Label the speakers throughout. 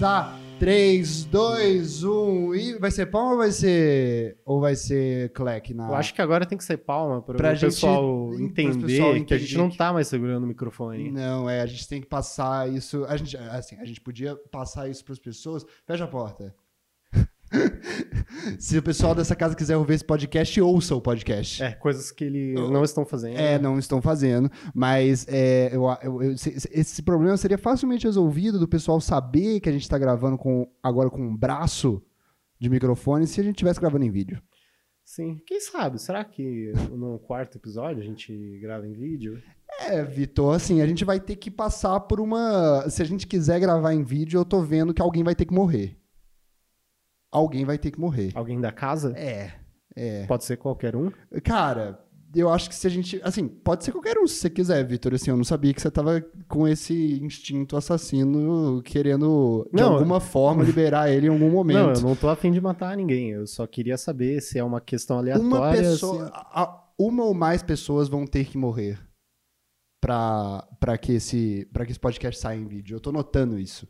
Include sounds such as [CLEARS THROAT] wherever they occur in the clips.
Speaker 1: tá? 3, 2, 1 e. Vai ser palma ou vai ser. Ou vai ser clack na.
Speaker 2: Eu acho que agora tem que ser palma para
Speaker 1: Pra
Speaker 2: o
Speaker 1: gente-
Speaker 2: pessoal
Speaker 1: pros
Speaker 2: entender
Speaker 1: pessoal
Speaker 2: que a gente
Speaker 1: entender
Speaker 2: não
Speaker 1: que-
Speaker 2: tá mais segurando o microfone.
Speaker 1: Não, é, a gente tem que passar isso. A gente, assim, a gente podia passar isso pras pessoas. Fecha a porta. [LAUGHS] Se o pessoal dessa casa quiser ouvir esse podcast, ouça o podcast.
Speaker 2: É, coisas que eles
Speaker 1: Eu-
Speaker 2: não estão fazendo.
Speaker 1: É, não estão fazendo, mas é, eu, eu- eu- se- se- esse problema seria facilmente resolvido do pessoal saber que a gente tá gravando com, agora com um braço de microfone se a gente tivesse gravando em vídeo.
Speaker 2: Sim. Quem sabe? Será que no quarto episódio a gente grava em vídeo?
Speaker 1: É, Vitor, assim, a gente vai ter que passar por uma. Se a gente quiser gravar em vídeo, eu tô vendo que alguém vai ter que morrer. Alguém vai ter que morrer.
Speaker 2: Alguém da casa?
Speaker 1: É.
Speaker 2: Pode ser qualquer um?
Speaker 1: Cara, eu acho que se a gente. Assim, pode ser qualquer um se você quiser, Vitor. Assim, eu não sabia que você tava com esse instinto assassino querendo, de
Speaker 2: Não,
Speaker 1: alguma forma, liberar ele em algum
Speaker 2: Não, eu
Speaker 1: momento.
Speaker 2: não tô afim de matar ninguém. Eu só queria saber se é uma questão aleatória.
Speaker 1: uma
Speaker 2: se-
Speaker 1: pessoa. a- a- uma ou mais pessoas vão ter que morrer pra, pra, que esse, pra que esse podcast saia em vídeo. Eu tô notando isso.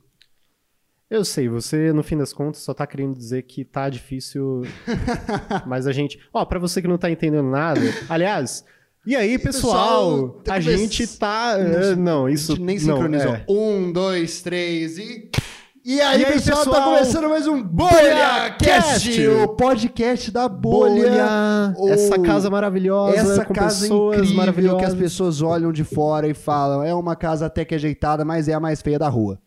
Speaker 2: Eu sei, você, no fim das contas, só tá querendo dizer que tá difícil.
Speaker 1: [LAUGHS]
Speaker 2: mas a gente. Ó, pra você que não tá entendendo nada. Aliás. E aí, pessoal?
Speaker 1: pessoal, tá
Speaker 2: a
Speaker 1: conversa-
Speaker 2: gente tá. eh, Não, isso.
Speaker 1: a gente nem
Speaker 2: não,
Speaker 1: sincronizou.
Speaker 2: é.
Speaker 1: Um, dois, três e. E aí,
Speaker 2: E aí,
Speaker 1: pessoal, tá
Speaker 2: pessoal?
Speaker 1: começando mais um Bolha Cast, o podcast da bolha.
Speaker 2: Bolha! Essa
Speaker 1: ou-
Speaker 2: casa maravilhosa.
Speaker 1: Essa
Speaker 2: com
Speaker 1: casa
Speaker 2: pessoas
Speaker 1: incrível
Speaker 2: maravilhosas.
Speaker 1: que as pessoas olham de fora e falam, é uma casa até que ajeitada, mas é a mais feia da rua.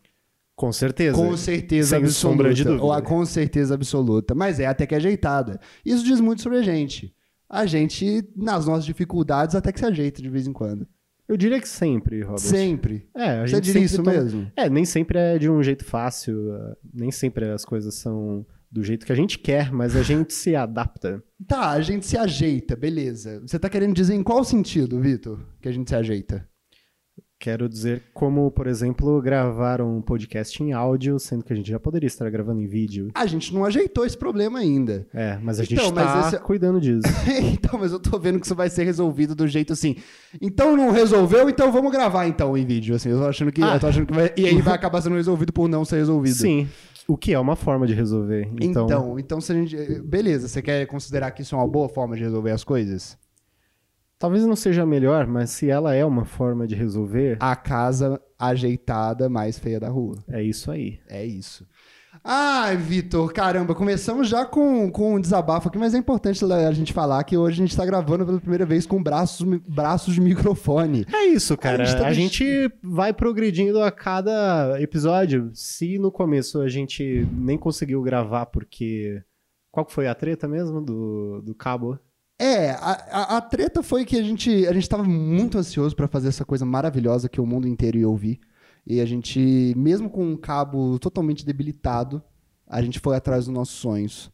Speaker 2: Com certeza.
Speaker 1: Com certeza
Speaker 2: Sem
Speaker 1: absoluta.
Speaker 2: sombra de dúvida.
Speaker 1: Ou a- com certeza absoluta, mas é até que ajeitada. Isso diz muito sobre a gente. A gente, nas nossas dificuldades, até que se ajeita de vez em quando.
Speaker 2: Eu diria que sempre, Robert.
Speaker 1: Sempre.
Speaker 2: É, a gente
Speaker 1: Você diria
Speaker 2: sempre
Speaker 1: isso
Speaker 2: toma-
Speaker 1: mesmo?
Speaker 2: É, nem sempre é de um jeito fácil, eh, nem sempre as coisas são do jeito que a gente quer, mas a gente se adapta.
Speaker 1: Tá, a gente se ajeita, beleza. Você tá querendo dizer em qual sentido, Vitor, que a gente se ajeita?
Speaker 2: Quero dizer, como, por exemplo, gravar um podcast em áudio, sendo que a gente já poderia estar gravando em vídeo.
Speaker 1: A gente não ajeitou esse problema ainda. [LAUGHS]
Speaker 2: É, mas a gente
Speaker 1: Então, mas
Speaker 2: tá
Speaker 1: esse-
Speaker 2: cuidando disso.
Speaker 1: então, mas eu tô vendo que isso vai ser resolvido do jeito assim. Então não resolveu, então vamos gravar então em vídeo. Assim, eu tô achando que. [LAUGHS]
Speaker 2: Ah.
Speaker 1: eu tô achando que vai, e aí vai acabar sendo resolvido por não ser resolvido.
Speaker 2: Sim, o que é uma forma de resolver. Então,
Speaker 1: Então, então, se a gente. Beleza, você quer considerar que isso é uma boa forma de resolver as coisas?
Speaker 2: talvez não seja a melhor, mas se ela é uma forma de resolver,
Speaker 1: A casa ajeitada mais feia da rua.
Speaker 2: é isso aí.
Speaker 1: É isso. Ai, Vitor, caramba, começamos já com, com um desabafo aqui, mas é importante a gente falar que hoje a gente tá gravando pela primeira vez com braços, braços de microfone.
Speaker 2: É isso, cara.
Speaker 1: A
Speaker 2: A
Speaker 1: gente
Speaker 2: gente,
Speaker 1: tá deix-
Speaker 2: vai progredindo a cada episódio. Se no começo a gente nem conseguiu gravar porque. Qual que foi a treta mesmo do, do cabo?
Speaker 1: É, a, a- a treta foi que a gente, a gente tava muito ansioso pra fazer essa coisa maravilhosa que o mundo inteiro ia ouvir. E a gente, mesmo com um cabo totalmente debilitado, a gente foi atrás dos nossos sonhos.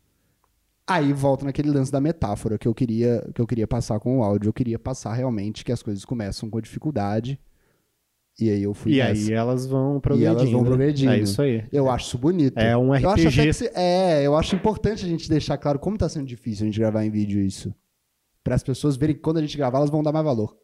Speaker 1: Aí volta naquele lance da metáfora que eu queria, que eu queria passar com o áudio. Eu queria passar realmente que as coisas começam com dificuldade. E aí eu fui
Speaker 2: e
Speaker 1: nessa.
Speaker 2: aí elas vão progredindo.
Speaker 1: elas vão progredindo.
Speaker 2: É isso aí.
Speaker 1: Eu acho isso bonito.
Speaker 2: É
Speaker 1: eu
Speaker 2: um
Speaker 1: acho até
Speaker 2: RPG.
Speaker 1: que se- é, eu acho importante a gente deixar claro como tá sendo difícil a gente gravar em vídeo isso. Para as pessoas verem que quando a gente gravar, elas vão dar mais valor.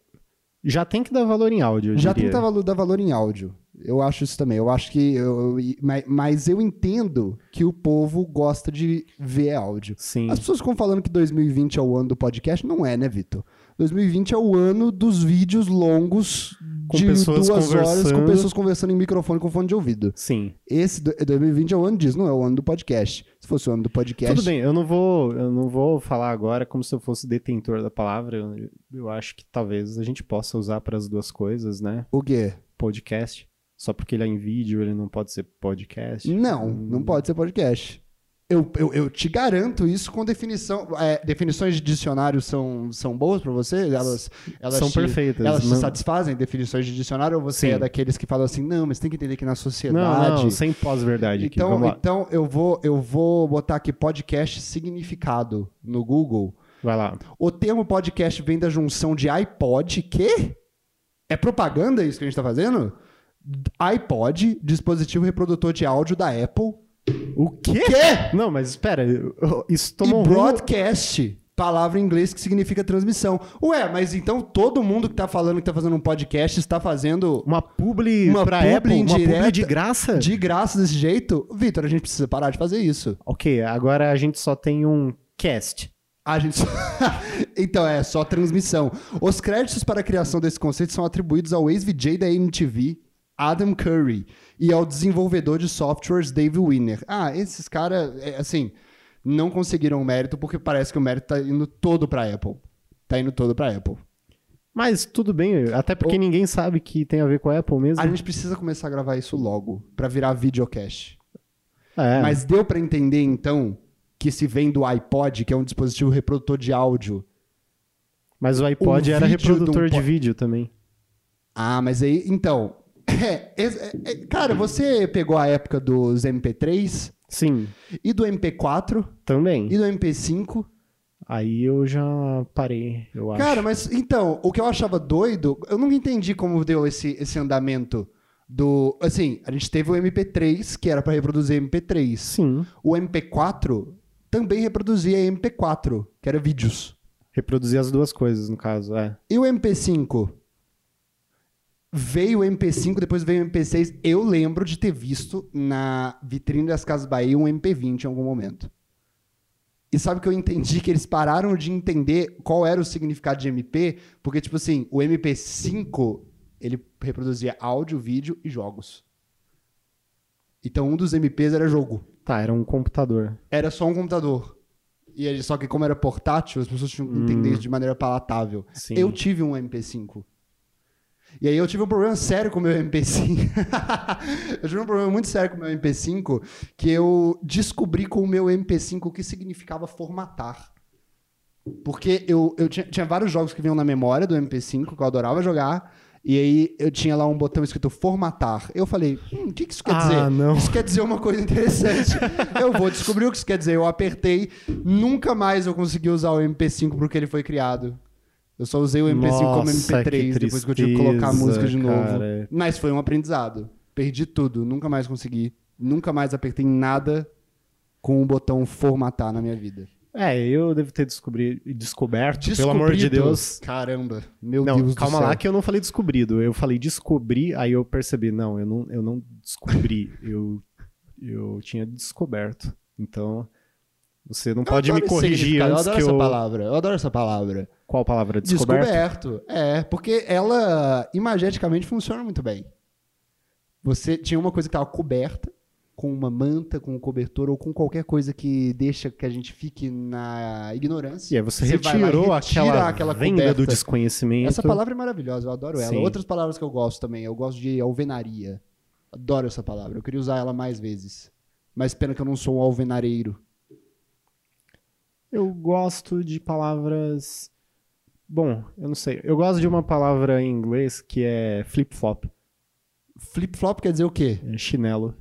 Speaker 2: Já tem que dar valor em áudio. eu
Speaker 1: Já
Speaker 2: diria.
Speaker 1: tenta valo- dar valor em áudio. Eu acho isso também. Eu acho que. eu- eu- mas, mas eu entendo que o povo gosta de ver áudio.
Speaker 2: Sim.
Speaker 1: As pessoas ficam falando que 2020 é o ano do podcast. Não é, né, Vitor? 2020 é o ano dos vídeos longos
Speaker 2: Com
Speaker 1: de
Speaker 2: pessoas
Speaker 1: duas horas com
Speaker 2: conversando.
Speaker 1: pessoas conversando em microfone com fone de ouvido.
Speaker 2: Sim.
Speaker 1: Esse do- 2020 é o ano disso, não é o ano do podcast. Se fosse o ano do podcast.
Speaker 2: Tudo bem, eu não vou, eu não vou falar agora como se eu fosse detentor da palavra. Eu, eu acho que talvez a gente possa usar para as duas coisas, né?
Speaker 1: O quê?
Speaker 2: Podcast. Só porque ele é em vídeo, ele não pode ser podcast.
Speaker 1: Não, não pode ser podcast. Eu, eu, eu te garanto isso com definição. é, definições de dicionário são, são boas pra você? Elas, elas
Speaker 2: São
Speaker 1: te,
Speaker 2: perfeitas.
Speaker 1: Elas te
Speaker 2: não-
Speaker 1: satisfazem definições de dicionário ou você
Speaker 2: Sim.
Speaker 1: é daqueles que falam assim, não, mas tem que entender que na sociedade.
Speaker 2: Não, não, sem pós-verdade aqui.
Speaker 1: então
Speaker 2: Vamos lá.
Speaker 1: então eu, vou, eu vou botar aqui podcast significado no Google.
Speaker 2: Vai lá.
Speaker 1: O termo podcast vem da junção de iPod, que é propaganda isso que a gente tá fazendo? iPod, dispositivo reprodutor de áudio da Apple.
Speaker 2: O quê?
Speaker 1: Que?
Speaker 2: Não, mas espera. eu- Isso
Speaker 1: e
Speaker 2: tomou um rumo-
Speaker 1: broadcast, palavra em inglês que significa transmissão. Ué, mas então todo mundo que tá falando que tá fazendo um podcast está fazendo
Speaker 2: Uma publi
Speaker 1: Uma
Speaker 2: pra
Speaker 1: publi
Speaker 2: Apple, uma publi
Speaker 1: indireta.
Speaker 2: de graça?
Speaker 1: de graça desse jeito? Vitor, a gente precisa parar de fazer isso.
Speaker 2: Ok, agora a gente só tem um cast.
Speaker 1: A gente só... [LAUGHS] Então, é só transmissão. Os créditos para a criação desse conceito são atribuídos ao ex-VJ da MTV, Adam Curry, e ao desenvolvedor de softwares, Dave Winner. Ah, esses caras, é, assim, não conseguiram o mérito porque parece que o mérito tá indo todo pra Apple. Tá indo todo pra Apple.
Speaker 2: Mas tudo bem, até porque ninguém sabe que tem a ver com a Apple mesmo.
Speaker 1: A gente precisa começar a gravar isso logo, pra virar videocast.
Speaker 2: É,
Speaker 1: Mas deu pra entender, então, que se vem do iPod, que é um dispositivo reprodutor de áudio,
Speaker 2: mas o iPod
Speaker 1: um
Speaker 2: era
Speaker 1: vídeo de um
Speaker 2: reprodutor de
Speaker 1: po-
Speaker 2: vídeo também.
Speaker 1: Ah, mas aí, então. [LAUGHS] é, es- é, é, cara, você pegou a época dos MP3
Speaker 2: Sim,
Speaker 1: e do MP4
Speaker 2: também.
Speaker 1: e do MP5.
Speaker 2: Aí eu já parei, eu acho.
Speaker 1: Cara, mas então, o que eu achava doido, eu nunca entendi como deu esse, esse andamento do. Assim, a gente teve o MP3, que era pra reproduzir MP3.
Speaker 2: Sim,
Speaker 1: O MP4 também reproduzia MP4, que era vídeos.
Speaker 2: reproduzir as duas coisas, no caso, é.
Speaker 1: E o MP5? Veio o MP5, depois veio o MP6. Eu lembro de ter visto na vitrine das Casas Bahia um MP20 em algum momento. E sabe que eu entendi que eles pararam de entender qual era o significado de MP, porque, tipo assim, o MP5 ele reproduzia áudio, vídeo e jogos. Então um dos MPs era jogo.
Speaker 2: Tá, era um computador.
Speaker 1: Era só um computador. E ele, só que como era portátil, as pessoas tinham que entender isso de maneira palatável.
Speaker 2: Sim.
Speaker 1: Eu tive um MP5. E aí eu tive um problema sério com o meu MP5. [LAUGHS] eu tive um problema muito sério com o meu MP5, que eu descobri com o meu MP5 o que significava formatar. Porque eu, eu tinha, tinha vários jogos que vinham na memória do MP5, que eu adorava jogar, e aí eu tinha lá um botão escrito formatar. Eu falei, hum, o que, que isso quer
Speaker 2: Ah,
Speaker 1: dizer?
Speaker 2: não.
Speaker 1: Isso quer dizer uma coisa
Speaker 2: [LAUGHS]
Speaker 1: interessante. eu vou descobrir o que isso quer dizer. Eu apertei, nunca mais eu consegui usar o MP5 porque ele foi criado. Eu só usei o MP5 como
Speaker 2: Nossa,
Speaker 1: MP3
Speaker 2: que
Speaker 1: depois que eu tive que colocar a música de novo.
Speaker 2: cara.
Speaker 1: Mas foi um aprendizado. Perdi tudo, nunca mais consegui. Nunca mais apertei nada com o botão formatar na minha vida.
Speaker 2: É, eu devo ter descobri... descoberto, pelo amor de
Speaker 1: Descobrido.
Speaker 2: Deus.
Speaker 1: Caramba, meu
Speaker 2: não,
Speaker 1: Deus
Speaker 2: calma
Speaker 1: do céu.
Speaker 2: lá que eu não falei descobrido. Eu falei descobri, aí eu percebi. Não, eu não, eu não descobri. [LAUGHS] eu, eu tinha descoberto. Então, você não
Speaker 1: Eu
Speaker 2: pode
Speaker 1: adoro
Speaker 2: me
Speaker 1: esse
Speaker 2: corrigir
Speaker 1: significado,
Speaker 2: antes
Speaker 1: eu adoro
Speaker 2: que
Speaker 1: essa
Speaker 2: eu...
Speaker 1: palavra. Eu adoro essa palavra.
Speaker 2: Qual palavra? Descoberto?
Speaker 1: Descoberto. É, porque ela imageticamente funciona muito bem. Você tinha uma coisa que estava coberta, com uma manta, com um cobertor ou com qualquer coisa que deixa que a gente fique na ignorância.
Speaker 2: E é aí você,
Speaker 1: vai lá e
Speaker 2: retirou
Speaker 1: retira
Speaker 2: aquela,
Speaker 1: aquela
Speaker 2: venda do
Speaker 1: coberta.
Speaker 2: desconhecimento.
Speaker 1: Essa palavra é maravilhosa, eu adoro ela.
Speaker 2: Sim.
Speaker 1: Outras palavras que eu gosto também, eu gosto de alvenaria. Adoro essa palavra, eu queria usar ela mais vezes. Mas pena que eu não sou um alvenareiro.
Speaker 2: Eu gosto de palavras... Bom, eu não sei. Eu gosto de uma palavra em inglês que é flip-flop.
Speaker 1: Flip-flop quer dizer o quê?
Speaker 2: É chinelo.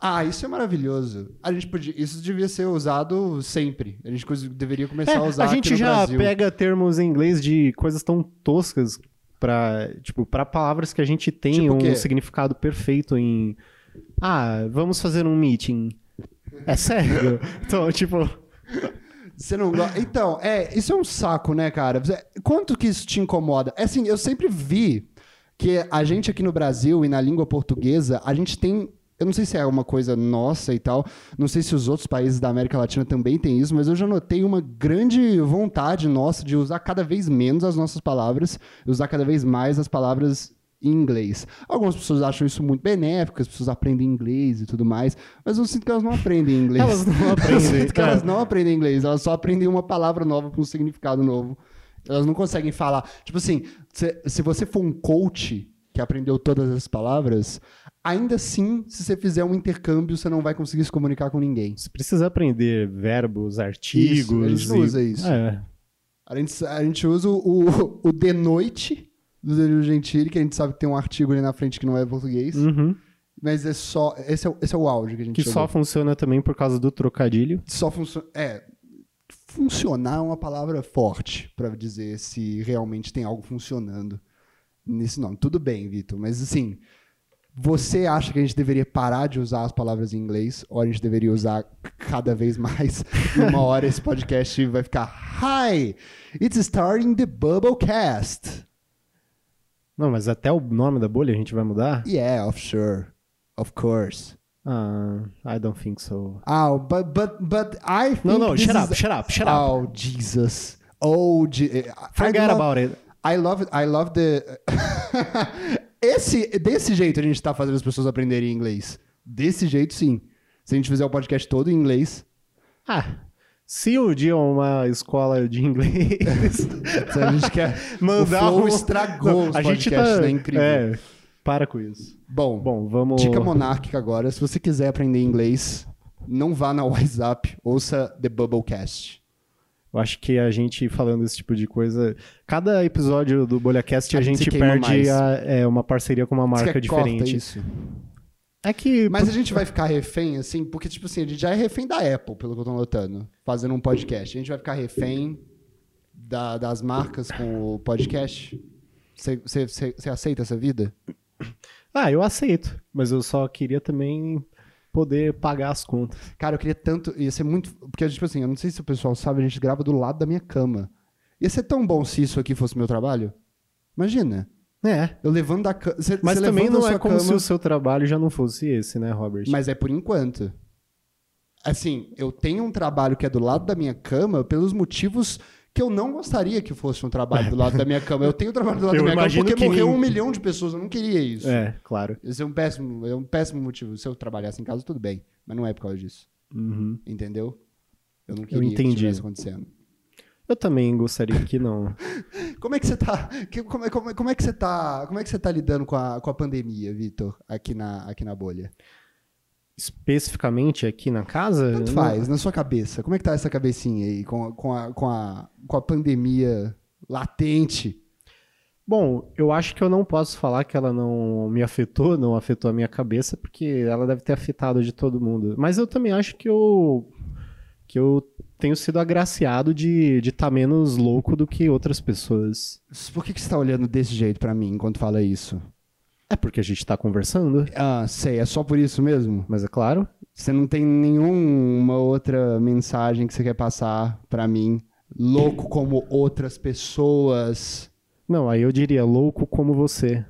Speaker 1: Ah, isso é maravilhoso. A gente podia, isso devia ser usado sempre. A gente coisa- deveria começar
Speaker 2: É,
Speaker 1: a usar
Speaker 2: a gente
Speaker 1: aqui no
Speaker 2: já
Speaker 1: Brasil.
Speaker 2: pega termos em inglês de coisas tão toscas para tipo para palavras que a gente tem
Speaker 1: Tipo o
Speaker 2: um
Speaker 1: quê?
Speaker 2: significado perfeito em ah vamos fazer um meeting
Speaker 1: [LAUGHS]
Speaker 2: é sério então tipo
Speaker 1: Você não gosta? Então, é, isso é um saco, né, cara? Você- Quanto que isso te incomoda? É Assim, eu sempre vi que a gente aqui no Brasil e na língua portuguesa, a gente tem. Eu não sei se é uma coisa nossa e tal, não sei se os outros países da América Latina também têm isso, mas eu já notei uma grande vontade nossa de usar cada vez menos as nossas palavras, e usar cada vez mais as palavras em inglês. Algumas pessoas acham isso muito benéfico, as pessoas aprendem inglês e tudo mais, mas eu sinto que elas não aprendem inglês.
Speaker 2: elas não
Speaker 1: Eu [LAUGHS]
Speaker 2: aprendem
Speaker 1: sinto que elas
Speaker 2: é.
Speaker 1: não aprendem inglês, elas só aprendem uma palavra nova com um significado novo. Elas não conseguem falar. Tipo assim, se, se você for um coach que aprendeu todas as palavras, ainda assim, se você fizer um intercâmbio, você não vai conseguir se comunicar com ninguém.
Speaker 2: você precisa aprender verbos artigos
Speaker 1: Isso, a gente não
Speaker 2: e-
Speaker 1: usa isso.
Speaker 2: É.
Speaker 1: A gente, a gente usa o, o de noite do Danilo Gentili, que a gente sabe que tem um artigo ali na frente que não é português,
Speaker 2: Uhum.
Speaker 1: mas é só. Esse é, o- esse é o áudio que a gente
Speaker 2: que
Speaker 1: chegou.
Speaker 2: só funciona também por causa do trocadilho
Speaker 1: só funciona. É. Funcionar é uma palavra forte pra dizer se realmente tem algo funcionando nesse nome. Tudo bem, Vitor, mas assim. Você acha que a gente deveria parar de usar as palavras em inglês, ou a gente deveria usar cada vez mais? [LAUGHS] E uma hora esse podcast vai ficar Hi! It's starting the Bubblecast!
Speaker 2: Não, mas até o nome da bolha a gente vai mudar?
Speaker 1: Yeah, é, of sure. Of course.
Speaker 2: Ah, I don't think so.
Speaker 1: Oh, but but but I think
Speaker 2: No, no,
Speaker 1: this
Speaker 2: shut up,
Speaker 1: is-
Speaker 2: shut up, shut up.
Speaker 1: Oh Jesus. Oh, Je- I
Speaker 2: Forget
Speaker 1: love-
Speaker 2: about it.
Speaker 1: I love I love the [LAUGHS] Esse desse jeito a gente tá fazendo as pessoas aprenderem inglês. Desse jeito sim. Se a gente fizer o podcast todo em inglês,
Speaker 2: Ah, se um dia uma escola de inglês
Speaker 1: [LAUGHS] se a gente quer
Speaker 2: [LAUGHS] mandar
Speaker 1: o Flow
Speaker 2: um...
Speaker 1: estragou
Speaker 2: Não,
Speaker 1: os podcasts, né? Incrível.
Speaker 2: É, para com isso.
Speaker 1: Bom,
Speaker 2: Bom, vamos...
Speaker 1: dica monárquica agora, se você quiser aprender inglês, não vá na [LAUGHS] WhatsApp, ouça The Bubblecast.
Speaker 2: Eu acho que a gente falando esse tipo de coisa... Cada episódio do BolhaCast a,
Speaker 1: A gente
Speaker 2: gente
Speaker 1: se queima mais.
Speaker 2: perde a- é, uma parceria com uma
Speaker 1: Você
Speaker 2: marca
Speaker 1: quer corta
Speaker 2: diferente.
Speaker 1: isso?
Speaker 2: É que...
Speaker 1: Mas a gente vai ficar refém, assim, porque, tipo assim, a gente já é refém da Apple, pelo que eu tô notando, fazendo um podcast. A gente vai ficar refém da- das marcas com o podcast? Você aceita essa vida?
Speaker 2: Ah, eu aceito. Mas eu só queria também poder pagar as contas.
Speaker 1: Cara, eu queria tanto. Ia ser muito. Porque, tipo assim, eu não sei se o pessoal sabe, a gente grava do lado da minha cama. Ia ser tão bom se isso aqui fosse meu trabalho? Imagina.
Speaker 2: É.
Speaker 1: Eu levando da cama.
Speaker 2: Mas também não
Speaker 1: a
Speaker 2: é
Speaker 1: sua
Speaker 2: como
Speaker 1: cama,
Speaker 2: se o seu trabalho já não fosse esse, né, Robert?
Speaker 1: Mas é por enquanto. Assim, eu tenho um trabalho que é do lado da minha cama pelos motivos que eu não gostaria que fosse um trabalho do lado da minha cama. Eu tenho um trabalho do lado da
Speaker 2: Eu
Speaker 1: minha cama
Speaker 2: imagino
Speaker 1: porque
Speaker 2: que
Speaker 1: morreu
Speaker 2: nem-
Speaker 1: um milhão de pessoas. Eu não queria isso.
Speaker 2: É, claro.
Speaker 1: Esse é um péssimo, é um péssimo motivo. Se eu trabalhasse em casa, tudo bem. Mas não é por causa disso.
Speaker 2: Uhum.
Speaker 1: Entendeu? Eu não queria que
Speaker 2: entendi.
Speaker 1: estivesse acontecendo.
Speaker 2: Eu também gostaria que não.
Speaker 1: Como é que você tá? que- como, é- como é- como é que você tá? Como é que você tá lidando com a, com a pandemia, Vitor, aqui na, aqui na bolha?
Speaker 2: Especificamente aqui na casa.
Speaker 1: Tanto
Speaker 2: não-
Speaker 1: faz, na sua cabeça. Como é que tá essa cabecinha aí com, a- com, a, com, a, com a pandemia latente?
Speaker 2: Bom, eu acho que eu não posso falar que ela não me afetou, não afetou a minha cabeça, porque ela deve ter afetado de todo mundo. Mas eu também acho que eu. que eu tenho sido agraciado de estar de tá menos louco do que outras pessoas.
Speaker 1: Por que, que você tá olhando desse jeito pra mim enquanto fala isso?
Speaker 2: É porque a gente tá conversando,
Speaker 1: Ah, sei, é só por isso mesmo?
Speaker 2: mas é claro.
Speaker 1: Você não tem nenhuma outra mensagem que você quer passar pra mim? Louco como outras pessoas.
Speaker 2: Não, aí eu diria louco como você.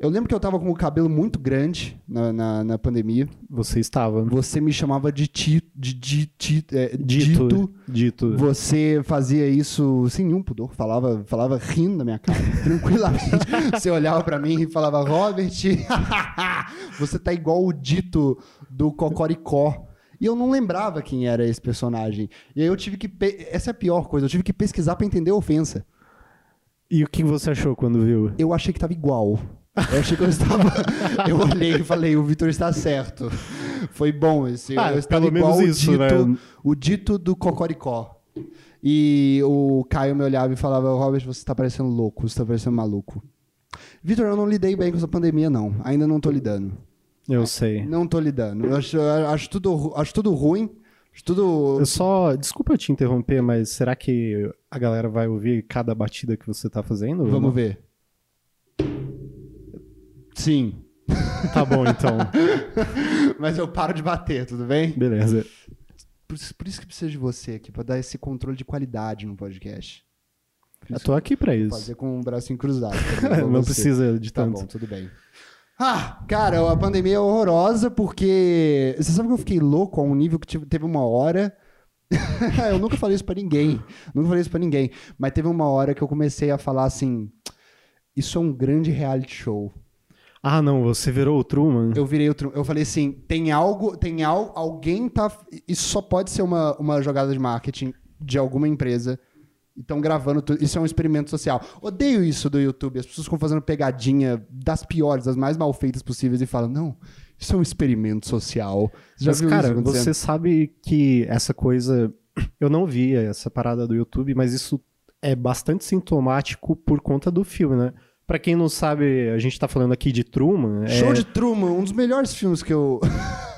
Speaker 1: Eu lembro que eu tava com o cabelo muito grande na, na, na pandemia.
Speaker 2: Você estava.
Speaker 1: Você me chamava de, ti, de, de, ti- é,
Speaker 2: Dito.
Speaker 1: dito.
Speaker 2: Dito.
Speaker 1: Você fazia isso sem nenhum pudor, falava, falava rindo na minha cara, [LAUGHS] tranquilamente. Você olhava pra mim e falava, Robert, [LAUGHS] você tá igual o dito do Cocoricó. E eu não lembrava quem era esse personagem. E aí eu tive que. pe- Essa é a pior coisa, eu tive que pesquisar pra entender a ofensa.
Speaker 2: E o que você achou quando viu?
Speaker 1: Eu achei que tava igual. Eu achei que eu
Speaker 2: [LAUGHS]
Speaker 1: estava. eu olhei e falei, o Vitor está certo. Foi bom esse.
Speaker 2: Ah,
Speaker 1: eu estava
Speaker 2: pelo
Speaker 1: igual
Speaker 2: menos
Speaker 1: o
Speaker 2: isso,
Speaker 1: dito,
Speaker 2: né?
Speaker 1: o dito do Cocoricó. E o Caio me olhava e falava, Robert, você tá parecendo louco, você tá parecendo maluco. Vitor, eu não lidei bem com essa pandemia, não. Ainda não tô lidando.
Speaker 2: Eu sei.
Speaker 1: Não tô lidando. Eu acho, eu acho tudo, ru- acho tudo ruim. Acho tudo.
Speaker 2: Eu só. Desculpa eu te interromper, mas será que a galera vai ouvir cada batida que você tá fazendo?
Speaker 1: Vamos ver. Sim.
Speaker 2: Tá bom, então.
Speaker 1: [LAUGHS] Mas eu paro de bater, tudo bem?
Speaker 2: Beleza.
Speaker 1: Por, isso- por isso que precisa de você aqui, pra dar esse controle de qualidade no podcast.
Speaker 2: Eu tô aqui pra isso.
Speaker 1: Fazer com o bracinho cruzado.
Speaker 2: [LAUGHS]
Speaker 1: precisa.
Speaker 2: Não precisa de
Speaker 1: Tá
Speaker 2: tanto.
Speaker 1: bom, tudo bem. Ah, cara, a pandemia é horrorosa porque. Você sabe que eu fiquei louco a um nível que tive- teve uma hora. [LAUGHS] eu nunca falei isso pra ninguém. Nunca falei isso pra ninguém. Mas teve uma hora que eu comecei a falar assim. Isso é um grande reality show.
Speaker 2: Ah, não, você virou o Truman?
Speaker 1: Eu virei outro. Eu falei assim: tem algo, tem al, alguém tá. Isso só pode ser uma, uma jogada de marketing de alguma empresa. Então gravando tudo. Isso é um experimento social. Odeio isso do YouTube. As pessoas ficam fazendo pegadinha das piores, das mais mal feitas possíveis e falam: não, isso é um experimento social. Você já
Speaker 2: Mas,
Speaker 1: viu
Speaker 2: cara,
Speaker 1: isso acontecendo?
Speaker 2: você sabe que essa coisa. [CLEARS THROAT] Eu não via essa parada do YouTube, mas isso é bastante sintomático por conta do filme, né? Pra quem não sabe, a gente tá falando aqui de Truman. é-
Speaker 1: Show de Truman, um dos melhores filmes que eu. [LAUGHS]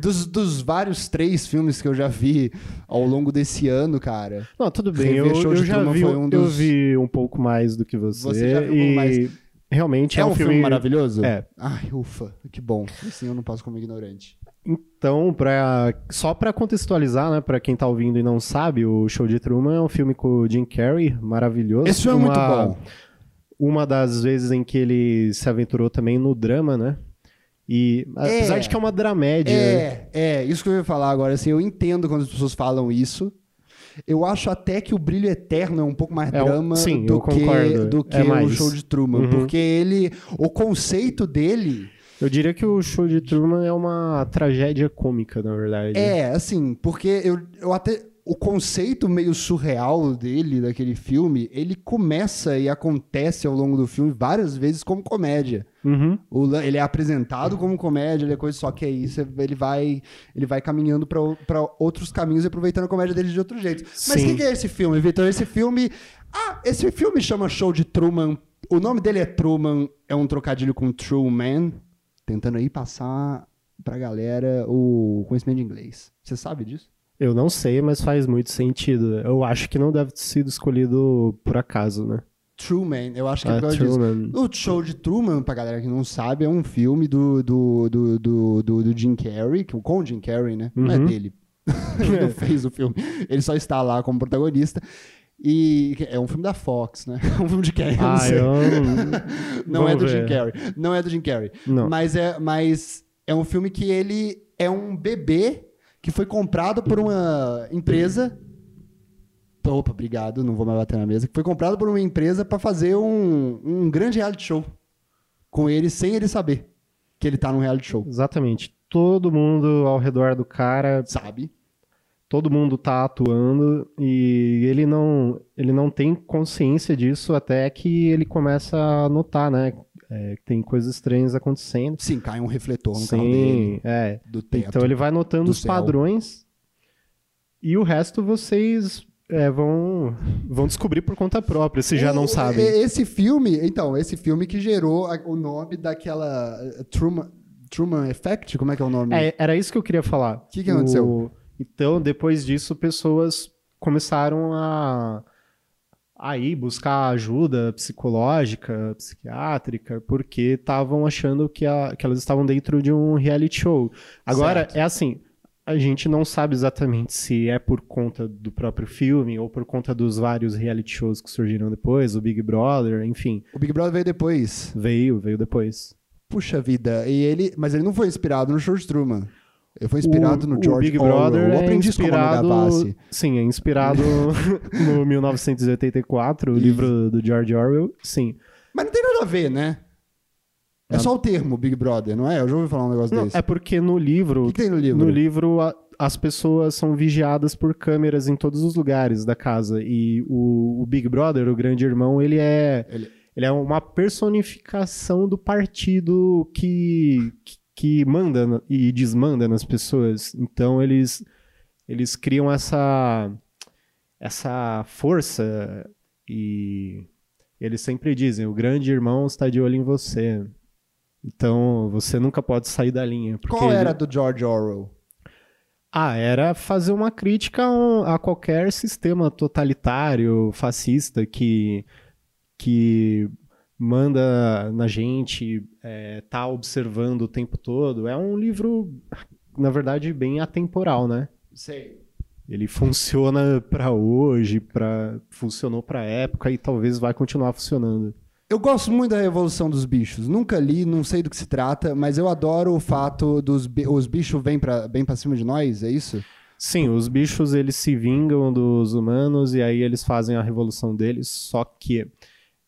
Speaker 1: dos, dos vários três filmes que eu já vi ao longo desse ano, cara.
Speaker 2: Não, tudo bem.
Speaker 1: Rever
Speaker 2: Eu,
Speaker 1: Show
Speaker 2: eu
Speaker 1: de
Speaker 2: já
Speaker 1: Truman
Speaker 2: vi,
Speaker 1: foi um
Speaker 2: eu
Speaker 1: dos-
Speaker 2: vi um pouco mais do que você.
Speaker 1: Você já viu um pouco
Speaker 2: e...
Speaker 1: mais.
Speaker 2: realmente é,
Speaker 1: um filme, maravilhoso?
Speaker 2: É.
Speaker 1: Ai, ufa, que bom. Assim eu não passo como ignorante.
Speaker 2: Então, pra, só para contextualizar, né, para quem tá ouvindo e não sabe, o Show de Truman é um filme com o Jim Carrey, maravilhoso.
Speaker 1: Esse filme é muito
Speaker 2: Uma-
Speaker 1: bom.
Speaker 2: Uma das vezes em que ele se aventurou também no drama, né? E
Speaker 1: É.
Speaker 2: apesar de que é uma dramédia,
Speaker 1: É, é, isso que eu ia falar agora. Assim, eu entendo quando as pessoas falam isso. Eu acho até que o Brilho Eterno é um pouco mais
Speaker 2: É um-
Speaker 1: drama
Speaker 2: sim,
Speaker 1: do
Speaker 2: eu
Speaker 1: que,
Speaker 2: concordo.
Speaker 1: do que
Speaker 2: É
Speaker 1: o
Speaker 2: mais.
Speaker 1: show de Truman.
Speaker 2: Uhum.
Speaker 1: Porque ele. O conceito dele
Speaker 2: eu diria que o show de Truman é uma tragédia cômica, na verdade.
Speaker 1: é, assim, porque eu, eu até. O conceito meio surreal dele, daquele filme, ele começa e acontece ao longo do filme várias vezes como comédia.
Speaker 2: Uhum.
Speaker 1: O lan- ele é apresentado como comédia, ele é coisa só que aí você- ele vai ele vai caminhando pra o- pra outros caminhos e aproveitando a comédia dele de outro jeito. Mas o
Speaker 2: Sim.
Speaker 1: que, que é esse filme, Vitor? Esse filme. Ah, esse filme chama Show de Truman. O nome dele é Truman, é um trocadilho com Truman. Tentando aí passar pra galera o conhecimento de inglês. Você sabe disso?
Speaker 2: Eu não sei, mas faz muito sentido. Eu acho que não deve ter sido escolhido por acaso, né?
Speaker 1: Truman, eu acho que é
Speaker 2: Ah,
Speaker 1: por causa disso.
Speaker 2: Truman.
Speaker 1: O Show de Truman, pra galera que não sabe, é um filme do, do, do, do, do- do Jim Carrey, que- com o Jim Carrey, né? Não é
Speaker 2: Uhum. É.
Speaker 1: dele. [LAUGHS] ele não fez o filme. Ele só está lá como protagonista. E que- é um filme da Fox, né? [LAUGHS] É um filme de quem? Eu não
Speaker 2: Ah,
Speaker 1: sei.
Speaker 2: eu.
Speaker 1: [LAUGHS] Não é
Speaker 2: Vamos
Speaker 1: do Jim
Speaker 2: ver.
Speaker 1: Carrey. Não é do Jim Carrey.
Speaker 2: Não.
Speaker 1: Mas é, mas é um filme que ele é um bebê que foi comprado por uma empresa. Opa, obrigado, não vou mais bater na mesa. Que foi comprado por uma empresa pra fazer um, um grande reality show com ele, sem ele saber que ele tá num reality show.
Speaker 2: Exatamente. Todo mundo ao redor do cara,
Speaker 1: Sabe?
Speaker 2: todo mundo tá atuando e ele não, ele não tem consciência disso até que ele começa a notar, né? É, que tem coisas estranhas acontecendo.
Speaker 1: Sim, cai um refletor no carro dele,
Speaker 2: Sim, é.
Speaker 1: do teto.
Speaker 2: Então ele vai notando
Speaker 1: do
Speaker 2: os
Speaker 1: céu.
Speaker 2: padrões e o resto vocês é, vão, vão descobrir por conta própria, se já
Speaker 1: O-
Speaker 2: não
Speaker 1: o-
Speaker 2: sabem.
Speaker 1: e- Esse filme, então, esse filme que gerou a- o nome daquela eh, Truman, Truman Effect, como é que é o nome?
Speaker 2: É, era isso que eu queria falar.
Speaker 1: Que que aconteceu?
Speaker 2: O- Então, depois disso, pessoas começaram a, a ir buscar ajuda psicológica, psiquiátrica, porque estavam achando que, a- que elas estavam dentro de um reality show. Agora,
Speaker 1: Certo.
Speaker 2: é assim. A gente não sabe exatamente se é por conta do próprio filme ou por conta dos vários reality shows que surgiram depois, o Big Brother, enfim,
Speaker 1: O Big Brother veio depois.
Speaker 2: veio, veio depois.
Speaker 1: Puxa vida, e ele. Mas ele não foi inspirado no Show de Truman. Ele foi inspirado
Speaker 2: O-
Speaker 1: no George
Speaker 2: o Big
Speaker 1: Orwell.
Speaker 2: Brother
Speaker 1: Eu
Speaker 2: é
Speaker 1: aprendi isso com o
Speaker 2: inspirado,
Speaker 1: Gavassi.
Speaker 2: Sim, é
Speaker 1: [LAUGHS]
Speaker 2: inspirado no 1984, o
Speaker 1: Isso.
Speaker 2: livro do George Orwell. Sim.
Speaker 1: Mas não tem nada a ver, né? É
Speaker 2: Não.
Speaker 1: só o termo Big Brother, não é? Eu já ouvi falar um negócio
Speaker 2: Ah. Não,
Speaker 1: desse.
Speaker 2: é porque no
Speaker 1: O
Speaker 2: livro,
Speaker 1: que é que tem no livro?
Speaker 2: no livro a- as pessoas são vigiadas por câmeras em todos os lugares da casa e o, o Big Brother, o Grande Irmão, ele é
Speaker 1: Ele-
Speaker 2: ele, é uma personificação do partido que que- que manda na- e desmanda nas pessoas. Então eles eles criam essa essa força e eles sempre dizem, o grande irmão está de olho em você. Então, você nunca pode sair da linha. porque
Speaker 1: Qual
Speaker 2: ele-
Speaker 1: era do George Orwell?
Speaker 2: ah, era fazer uma crítica a a qualquer sistema totalitário, fascista que, que manda na gente, é, tá observando o tempo todo. É um livro, na verdade, bem atemporal, né?
Speaker 1: Sei.
Speaker 2: Ele funciona pra hoje, pra, funcionou pra época e talvez vai continuar funcionando.
Speaker 1: Eu gosto muito da Revolução dos Bichos. Nunca li, não sei do que se trata, mas eu adoro o fato dos bi- os bichos vêm pra, bem pra cima de nós, é isso?
Speaker 2: Sim, os bichos eles se vingam dos humanos e aí eles fazem a revolução deles, só que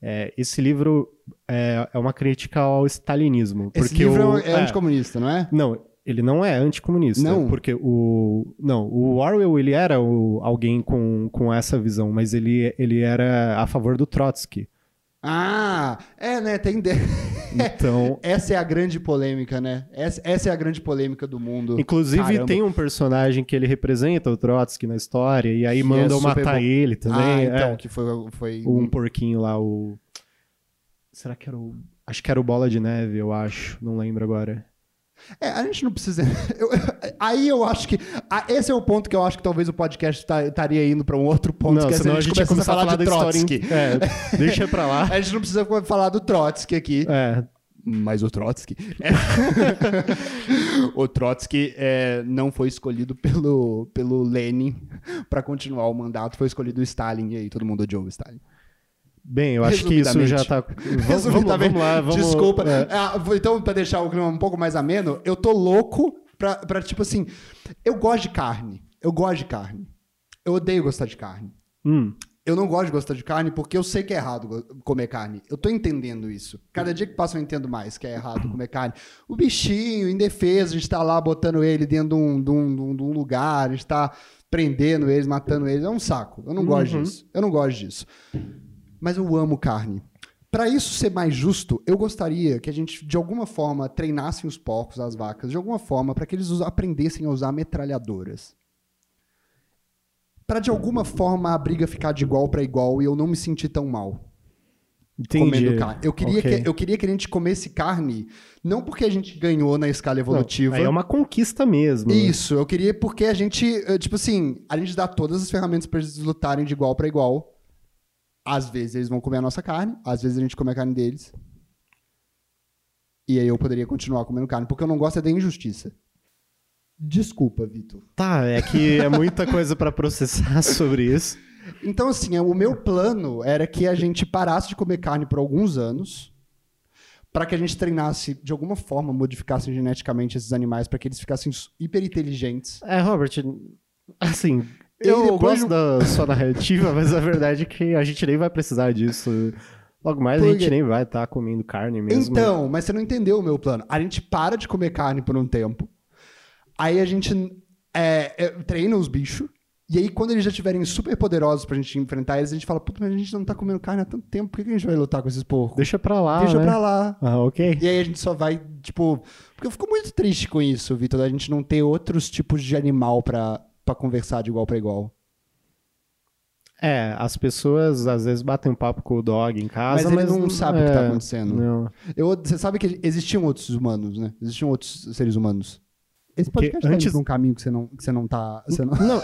Speaker 2: é, esse livro é, é uma crítica ao stalinismo.
Speaker 1: Esse
Speaker 2: porque
Speaker 1: livro
Speaker 2: o,
Speaker 1: é anticomunista, não é?
Speaker 2: Não, ele não é anticomunista.
Speaker 1: Não?
Speaker 2: Porque o... Não, o Orwell ele era o- alguém com, com essa visão, mas ele, ele era a favor
Speaker 1: [LAUGHS]
Speaker 2: do Trotsky.
Speaker 1: Ah, é, né? Tem. de-
Speaker 2: Então...
Speaker 1: Essa é a grande polêmica, né? Essa, essa é a grande polêmica do mundo.
Speaker 2: Inclusive,
Speaker 1: Caramba.
Speaker 2: tem um personagem que ele representa o Trotsky na história, e aí
Speaker 1: Que é
Speaker 2: mandam
Speaker 1: super
Speaker 2: matar
Speaker 1: bom.
Speaker 2: ele também.
Speaker 1: ah,
Speaker 2: é.
Speaker 1: então, que foi. foi...
Speaker 2: Ou um porquinho lá, o. Será que era o. Acho que era o Bola de Neve, eu acho. Não lembro agora.
Speaker 1: É, a gente não precisa. [LAUGHS] eu- aí eu acho que. ah, esse é o ponto que eu acho que talvez o podcast tá- estaria indo pra um outro ponto, que é se
Speaker 2: senão
Speaker 1: começasse
Speaker 2: ia começar em-
Speaker 1: [LAUGHS]
Speaker 2: É, deixa pra lá.
Speaker 1: A gente não precisa falar do Trotsky aqui.
Speaker 2: É,
Speaker 1: Mas o
Speaker 2: [LAUGHS]
Speaker 1: Trotsky. o Trotsky é, não foi escolhido pelo, pelo Lenin pra continuar o mandato, foi escolhido o Stalin, e aí todo mundo odiou o Stalin.
Speaker 2: bem, eu acho que isso já tá... Vamos, vamos,
Speaker 1: Resumidamente,
Speaker 2: vamos lá, vamos...
Speaker 1: Desculpa.
Speaker 2: é.
Speaker 1: Ah, vou- então, pra deixar o clima um pouco mais ameno, eu tô louco pra, pra, tipo assim. Eu gosto de carne. Eu gosto de carne. Eu odeio gostar de carne.
Speaker 2: Hum,
Speaker 1: Eu não gosto de gostar de carne porque eu sei que é errado go- comer carne. Eu tô entendendo isso. Cada dia que passa eu entendo mais que é errado comer carne. O bichinho, indefeso, a gente tá lá botando ele dentro de um, de um- de um- de um lugar, a gente tá prendendo eles, matando eles. É um saco. Eu não gosto
Speaker 2: Uhum.
Speaker 1: disso. Eu não gosto disso. Mas eu amo carne. Pra isso ser mais justo, eu gostaria que a gente, de alguma forma, treinassem os porcos, as vacas, de alguma forma, pra que eles us- aprendessem a usar metralhadoras. Pra de alguma forma a briga ficar de igual pra igual e eu não me sentir tão mal
Speaker 2: entendi.
Speaker 1: comendo carne. Eu queria,
Speaker 2: Ok.
Speaker 1: que, eu queria que a gente comesse carne, não porque a gente ganhou na escala
Speaker 2: Não,
Speaker 1: evolutiva.
Speaker 2: aí é uma conquista mesmo. né?
Speaker 1: Isso, eu queria porque a gente, eh, tipo assim, a gente dá todas as ferramentas pra eles lutarem de igual pra igual. Às vezes eles vão comer a nossa carne, às vezes a gente come a carne deles. E aí eu poderia continuar comendo carne, porque eu não gosto é da injustiça. Desculpa, Vitor.
Speaker 2: Tá, é que é muita coisa pra processar [LAUGHS] sobre isso.
Speaker 1: Então, assim, o meu plano era que a gente parasse de comer carne por alguns anos, para que a gente treinasse, de alguma forma, modificasse geneticamente esses animais, para que eles ficassem hiper inteligentes.
Speaker 2: É, Robert, assim,
Speaker 1: E
Speaker 2: eu
Speaker 1: depois um
Speaker 2: gosto
Speaker 1: não-
Speaker 2: da sua narrativa, [LAUGHS] mas a verdade é que a gente nem vai precisar disso. Logo mais
Speaker 1: Por
Speaker 2: a gente
Speaker 1: quê?
Speaker 2: nem vai estar comendo carne mesmo.
Speaker 1: Então, mas você não entendeu o meu plano. A gente para de comer carne por um tempo, aí a gente é, é, treina os bichos, e aí quando eles já estiverem super poderosos pra gente enfrentar eles, a gente fala, puta, mas a gente não tá comendo carne há tanto tempo, por que que a gente vai lutar com esses porcos?
Speaker 2: Deixa pra lá,
Speaker 1: Deixa
Speaker 2: né?
Speaker 1: pra lá,
Speaker 2: Ah, ok.
Speaker 1: E aí a gente só vai, tipo. Porque eu fico muito triste com isso, Vitor, da gente não ter outros tipos de animal pra, pra conversar de igual pra igual.
Speaker 2: É, as pessoas às vezes batem um papo com o dog em casa,
Speaker 1: Mas
Speaker 2: mas,
Speaker 1: ele não sabe o
Speaker 2: é,
Speaker 1: que tá acontecendo.
Speaker 2: Não.
Speaker 1: Eu, você sabe que existiam outros humanos, né? Existiam outros seres humanos. Esse
Speaker 2: Porque
Speaker 1: podcast tá antes...
Speaker 2: antes-
Speaker 1: indo pra um caminho que você não, que você não tá. Você não...
Speaker 2: Não,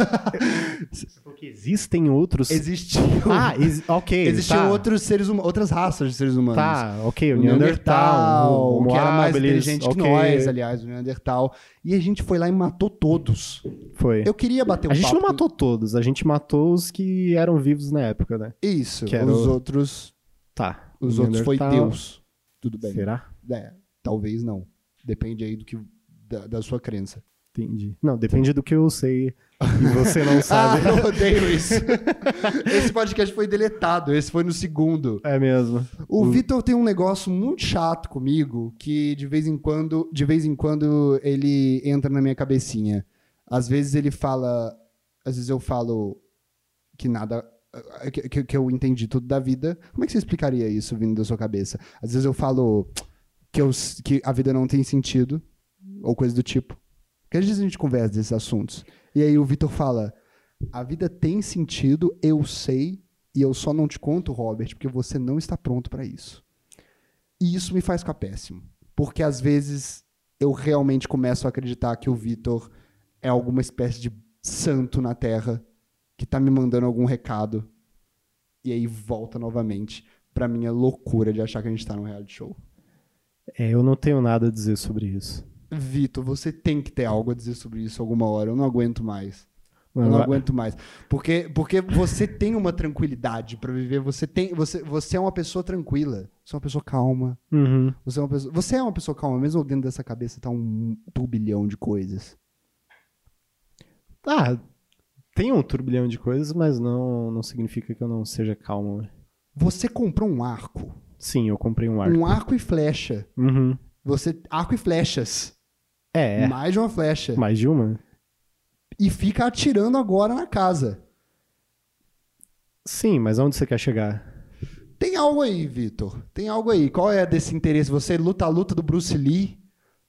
Speaker 2: porque existem
Speaker 1: [LAUGHS]
Speaker 2: outros.
Speaker 1: Existiam.
Speaker 2: Ah,
Speaker 1: [LAUGHS]
Speaker 2: ex- ok.
Speaker 1: existiam
Speaker 2: tá.
Speaker 1: outros seres humanos, outras raças de seres humanos.
Speaker 2: Tá, ok, o
Speaker 1: O
Speaker 2: Neandertal, o Homo
Speaker 1: que era mais
Speaker 2: habilis,
Speaker 1: inteligente que
Speaker 2: ok.
Speaker 1: nós, aliás, o Neandertal. E a gente foi lá e matou todos.
Speaker 2: Foi.
Speaker 1: Eu queria bater um
Speaker 2: a gente não
Speaker 1: papo-
Speaker 2: matou todos, a gente matou os que eram vivos na época, né?
Speaker 1: Isso,
Speaker 2: Que era
Speaker 1: os
Speaker 2: o-
Speaker 1: outros
Speaker 2: Tá.
Speaker 1: Os outros foi
Speaker 2: Neandertal-
Speaker 1: Deus. Tudo bem.
Speaker 2: Será?
Speaker 1: É, talvez não. Depende aí do que da, da sua crença.
Speaker 2: Entendi. Não, depende do que eu [LAUGHS] sei e você não
Speaker 1: Ah, [LAUGHS]
Speaker 2: sabe.
Speaker 1: eu odeio isso. Esse podcast foi deletado, esse foi no segundo.
Speaker 2: É mesmo.
Speaker 1: O Vitor tem um negócio muito chato comigo que de vez em quando, de vez em quando ele entra na minha cabecinha. Às vezes ele fala, às vezes eu falo que nada eh, que, que- que eu entendi tudo da vida. Como é que você explicaria isso vindo da sua cabeça? Às vezes eu falo que, eu, s- que a vida não tem sentido ou coisa do tipo. Porque às vezes a gente conversa desses assuntos. E aí o Vitor fala: "A vida tem sentido, eu sei, e eu só não te conto, Robert, porque você não está pronto para isso. E isso me faz ficar péssimo. Porque às vezes eu realmente começo a acreditar que o Vitor é alguma espécie de santo na Terra que tá me mandando algum recado. E aí volta novamente pra minha loucura de achar que a gente tá num reality show.
Speaker 2: É, eu não tenho nada a dizer sobre isso.
Speaker 1: Vitor, você tem que ter algo a dizer sobre isso alguma hora. Eu não aguento mais. Eu
Speaker 2: Não,
Speaker 1: não
Speaker 2: eu-
Speaker 1: aguento mais. Porque, porque você tem uma tranquilidade pra viver. Você, tem, você, você é uma pessoa tranquila. Você é uma pessoa calma.
Speaker 2: Uhum.
Speaker 1: Você é uma pessoa, você é uma pessoa calma, mesmo dentro dessa cabeça tá um turbilhão de coisas.
Speaker 2: Ah, tem um turbilhão de coisas, mas não, não significa que eu não seja calmo.
Speaker 1: Você comprou um arco.
Speaker 2: Sim, eu comprei um arco.
Speaker 1: Um arco e flecha.
Speaker 2: Uhum.
Speaker 1: Você. Arco e flechas.
Speaker 2: É, é.
Speaker 1: Mais de uma flecha.
Speaker 2: mais de uma?
Speaker 1: E fica atirando agora na casa.
Speaker 2: Sim, mas onde você quer chegar?
Speaker 1: Tem algo aí, Vitor. Tem algo aí. Qual é desse interesse? Você luta a luta do Bruce Lee.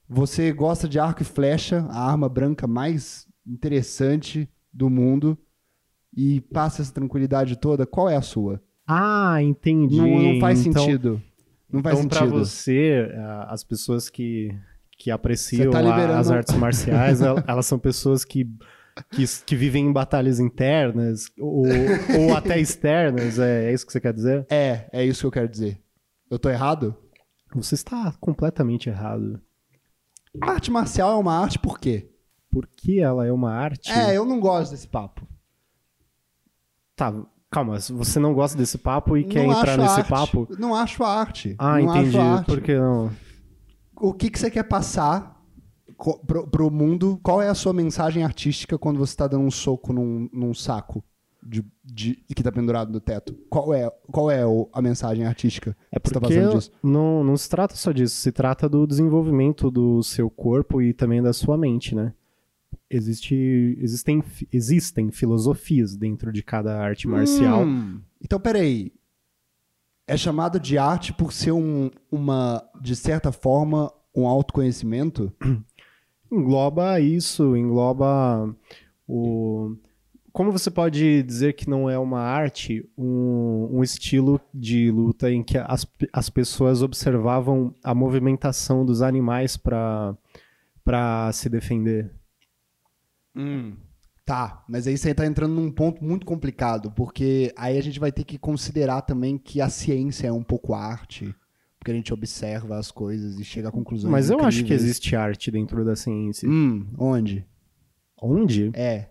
Speaker 1: Você gosta de arco e flecha, a arma branca mais interessante do mundo. E passa essa tranquilidade toda. Qual é a sua?
Speaker 2: Ah, entendi.
Speaker 1: Não, não faz
Speaker 2: Então-
Speaker 1: sentido. Não faz
Speaker 2: então, pra
Speaker 1: sentido.
Speaker 2: você, ah, as pessoas que, que apreciam
Speaker 1: tá
Speaker 2: a-
Speaker 1: liberando-
Speaker 2: as artes
Speaker 1: [LAUGHS]
Speaker 2: marciais, el- elas são pessoas que, que, s- que vivem em batalhas internas
Speaker 1: [LAUGHS]
Speaker 2: ou, ou até externas, é, é isso que você quer dizer?
Speaker 1: É, é isso que eu quero dizer. Eu tô errado?
Speaker 2: Você está completamente errado.
Speaker 1: Arte marcial é uma arte por quê?
Speaker 2: Por que ela é uma arte?
Speaker 1: É, eu não gosto desse papo.
Speaker 2: Tá, calma, se você não gosta desse papo e quer
Speaker 1: não
Speaker 2: entrar
Speaker 1: acho a
Speaker 2: nesse
Speaker 1: arte.
Speaker 2: papo...
Speaker 1: Não acho a arte.
Speaker 2: Ah,
Speaker 1: não
Speaker 2: entendi.
Speaker 1: Acho a arte.
Speaker 2: Por que não?
Speaker 1: O que, que você quer passar co- pro, pro mundo? Qual é a sua mensagem artística quando você tá dando um soco num, num saco de, de- que tá pendurado no teto? Qual é, qual é o- a mensagem artística
Speaker 2: É
Speaker 1: que você tá
Speaker 2: porque
Speaker 1: passando disso?
Speaker 2: não, não se trata só disso, se trata do desenvolvimento do seu corpo e também da sua mente, né? Existe, existem, fi- existem filosofias dentro de cada arte marcial.
Speaker 1: Hum, então, peraí. É chamado de arte por ser um, uma, de certa forma, um autoconhecimento?
Speaker 2: Engloba isso, engloba o. Como você pode dizer que não é uma arte, um, um estilo de luta em que as, pe- as pessoas observavam a movimentação dos animais para se defender?
Speaker 1: Tá, mas aí você tá entrando num ponto muito complicado, porque aí a gente vai ter que considerar também que a ciência é um pouco arte, porque a gente observa as coisas e chega a conclusões.
Speaker 2: Mas eu acho que
Speaker 1: incríveis.
Speaker 2: existe arte dentro da ciência.
Speaker 1: Hum, onde?
Speaker 2: Onde?
Speaker 1: É.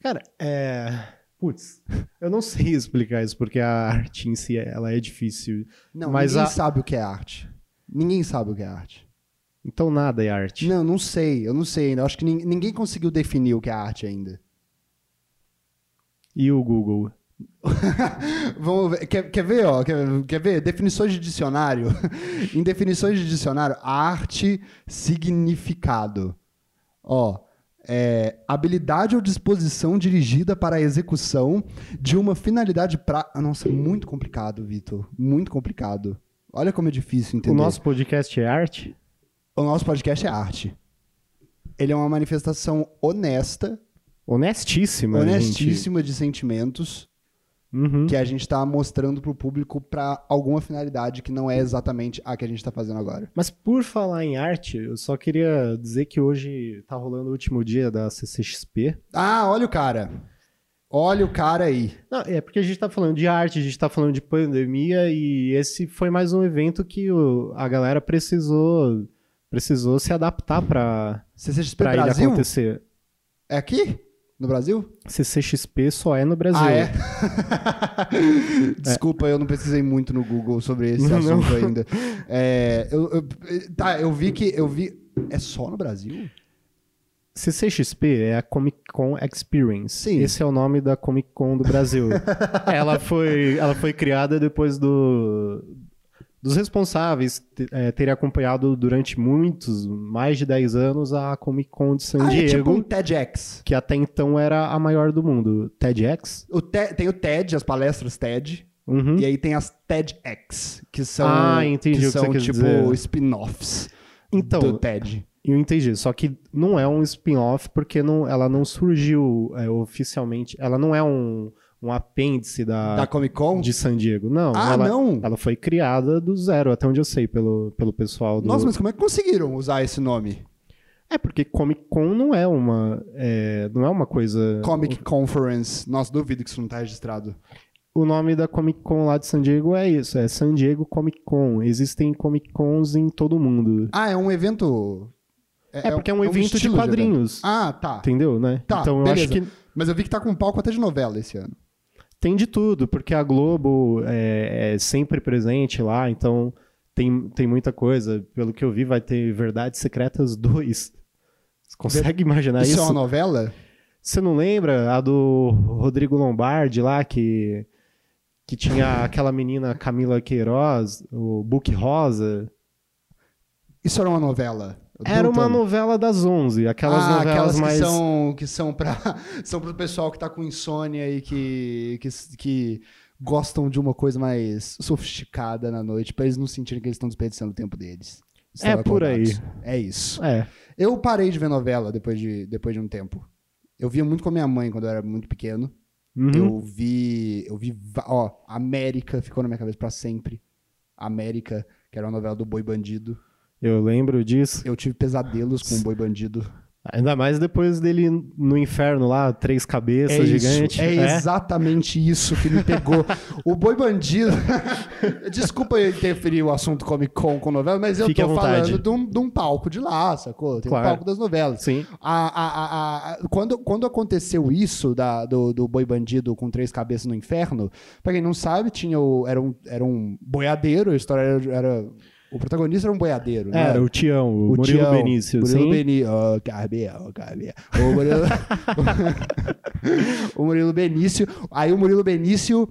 Speaker 2: Cara, é. Putz, eu não sei [LAUGHS] explicar isso, porque a arte em si ela é difícil.
Speaker 1: Não,
Speaker 2: Mas
Speaker 1: ninguém
Speaker 2: a-
Speaker 1: sabe o que é arte. Ninguém sabe o que é arte.
Speaker 2: Então nada é arte.
Speaker 1: Não, não sei, eu não sei ainda. Eu acho que nin- ninguém conseguiu definir o que é arte ainda.
Speaker 2: E o Google?
Speaker 1: Vamos ver. Quer, quer ver, ó? Quer, quer ver? Definições de dicionário. [LAUGHS] em definições de dicionário, arte, significado. Ó, é, habilidade ou disposição dirigida para a execução de uma finalidade pra... Ah, Nossa, muito complicado, Vitor. Muito complicado. Olha como é difícil entender.
Speaker 2: O nosso podcast é arte?
Speaker 1: o nosso podcast é arte. Ele é uma manifestação honesta,
Speaker 2: Honestíssima, gente.
Speaker 1: honestíssima de sentimentos
Speaker 2: Uhum.
Speaker 1: que a gente tá mostrando pro público pra alguma finalidade que não é exatamente a que a gente tá fazendo agora.
Speaker 2: Mas por falar em arte, eu só queria dizer que hoje tá rolando o último dia da CCXP.
Speaker 1: Ah, olha o cara. Olha o cara aí.
Speaker 2: Não, é porque a gente tá falando de arte, a gente tá falando de pandemia e esse foi mais um evento que o- a galera precisou precisou se adaptar pra
Speaker 1: CCXP
Speaker 2: para ele
Speaker 1: Brasil?
Speaker 2: acontecer.
Speaker 1: É aqui? No Brasil?
Speaker 2: CCXP só é no Brasil.
Speaker 1: Ah, é? [LAUGHS] Desculpa, eu não pesquisei muito no Google sobre esse
Speaker 2: Não.
Speaker 1: assunto ainda. É, eu- eu- tá, eu vi que. Eu vi. É só no Brasil?
Speaker 2: CCXP é a Comic Con Experience.
Speaker 1: Sim.
Speaker 2: Esse é o nome da Comic Con do
Speaker 1: [LAUGHS]
Speaker 2: Brasil. ela, foi, ela foi criada depois do, dos responsáveis te- eh, terem acompanhado durante muitos, mais de 10 anos, a Comic Con de San
Speaker 1: ah,
Speaker 2: Diego.
Speaker 1: é tipo um TEDx.
Speaker 2: que até então era a maior do mundo. TEDx?
Speaker 1: O te- tem o TED, as palestras TED.
Speaker 2: Uhum.
Speaker 1: E aí tem as TEDx, que são,
Speaker 2: Ah, entendi
Speaker 1: que
Speaker 2: o que você
Speaker 1: são
Speaker 2: quis
Speaker 1: tipo
Speaker 2: dizer.
Speaker 1: spin-offs
Speaker 2: Então,
Speaker 1: do TED.
Speaker 2: eu entendi. Só que não é um spin-off porque não, ela não surgiu eh, oficialmente. Ela não é um, um apêndice da,
Speaker 1: da Comic Con?
Speaker 2: de San Diego. Não,
Speaker 1: ah,
Speaker 2: ela, é
Speaker 1: não!
Speaker 2: ela foi criada do zero, até onde eu sei, pelo, pelo pessoal do.
Speaker 1: Nossa, mas como é que conseguiram usar esse nome?
Speaker 2: É porque Comic Con não é uma, é, não é uma coisa.
Speaker 1: Comic Conference. Nossa, duvido que isso não tá registrado.
Speaker 2: O nome da Comic Con lá de San Diego é isso, é San Diego Comic Con. Existem Comic Cons em todo o mundo.
Speaker 1: Ah, é um evento.
Speaker 2: É, porque é um, evento de
Speaker 1: estilo evento.
Speaker 2: quadrinhos.
Speaker 1: ah, tá.
Speaker 2: Entendeu, né?
Speaker 1: Tá,
Speaker 2: então eu
Speaker 1: beleza.
Speaker 2: acho que
Speaker 1: Mas eu vi que tá com um palco até de novela esse ano.
Speaker 2: tem de tudo, porque a Globo é, é sempre presente lá, então tem, tem muita coisa. Pelo que eu vi, vai ter Verdades Secretas 2. Você consegue imaginar
Speaker 1: isso,
Speaker 2: isso?
Speaker 1: é uma novela?
Speaker 2: Você não lembra a do Rodrigo Lombardi lá, que, que tinha aquela menina Camila Queiroz, o Book Rosa?
Speaker 1: Isso era uma novela. Eu tô
Speaker 2: Era uma
Speaker 1: perguntando.
Speaker 2: novela das 11, aquelas
Speaker 1: ah,
Speaker 2: novelas
Speaker 1: aquelas
Speaker 2: mais...
Speaker 1: que são que são para [LAUGHS] são pro pessoal que tá com insônia e que, que que gostam de uma coisa mais sofisticada na noite, pra eles não sentirem que eles estão desperdiçando o tempo deles.
Speaker 2: É
Speaker 1: Estão
Speaker 2: por aí.
Speaker 1: acordados. É isso.
Speaker 2: É,
Speaker 1: Eu parei de ver novela depois de depois de um tempo. Eu via muito com a minha mãe quando eu era muito pequeno.
Speaker 2: uhum.
Speaker 1: Eu vi. Eu vi. va- Ó, América ficou na minha cabeça pra sempre. América, que era uma novela do Boi Bandido.
Speaker 2: Eu lembro disso.
Speaker 1: Eu tive pesadelos com o boi bandido.
Speaker 2: Ainda mais depois dele no inferno lá, três cabeças
Speaker 1: é
Speaker 2: gigante. né?
Speaker 1: Isso, é, exatamente isso que me
Speaker 2: [LAUGHS]
Speaker 1: pegou. o boi bandido. [LAUGHS] Desculpa eu interferir o assunto Comic Con com novela, mas eu
Speaker 2: Fique à
Speaker 1: tô
Speaker 2: vontade.
Speaker 1: falando de um, de um palco de lá, sacou? Tem
Speaker 2: Claro.
Speaker 1: um palco das novelas.
Speaker 2: Sim.
Speaker 1: A- a- a- a- quando, quando aconteceu isso da- do, do boi bandido com três cabeças no inferno, pra quem não sabe, tinha o, era, um, era um boiadeiro, a história era. era- o protagonista era um boiadeiro, né?
Speaker 2: Era É, o Tião, o, Murilo
Speaker 1: Tião,
Speaker 2: Benício.
Speaker 1: Murilo
Speaker 2: sim.
Speaker 1: Benício. Oh, Gabriel, Gabriel. O Murilo... [LAUGHS] o Murilo Benício. Aí o Murilo Benício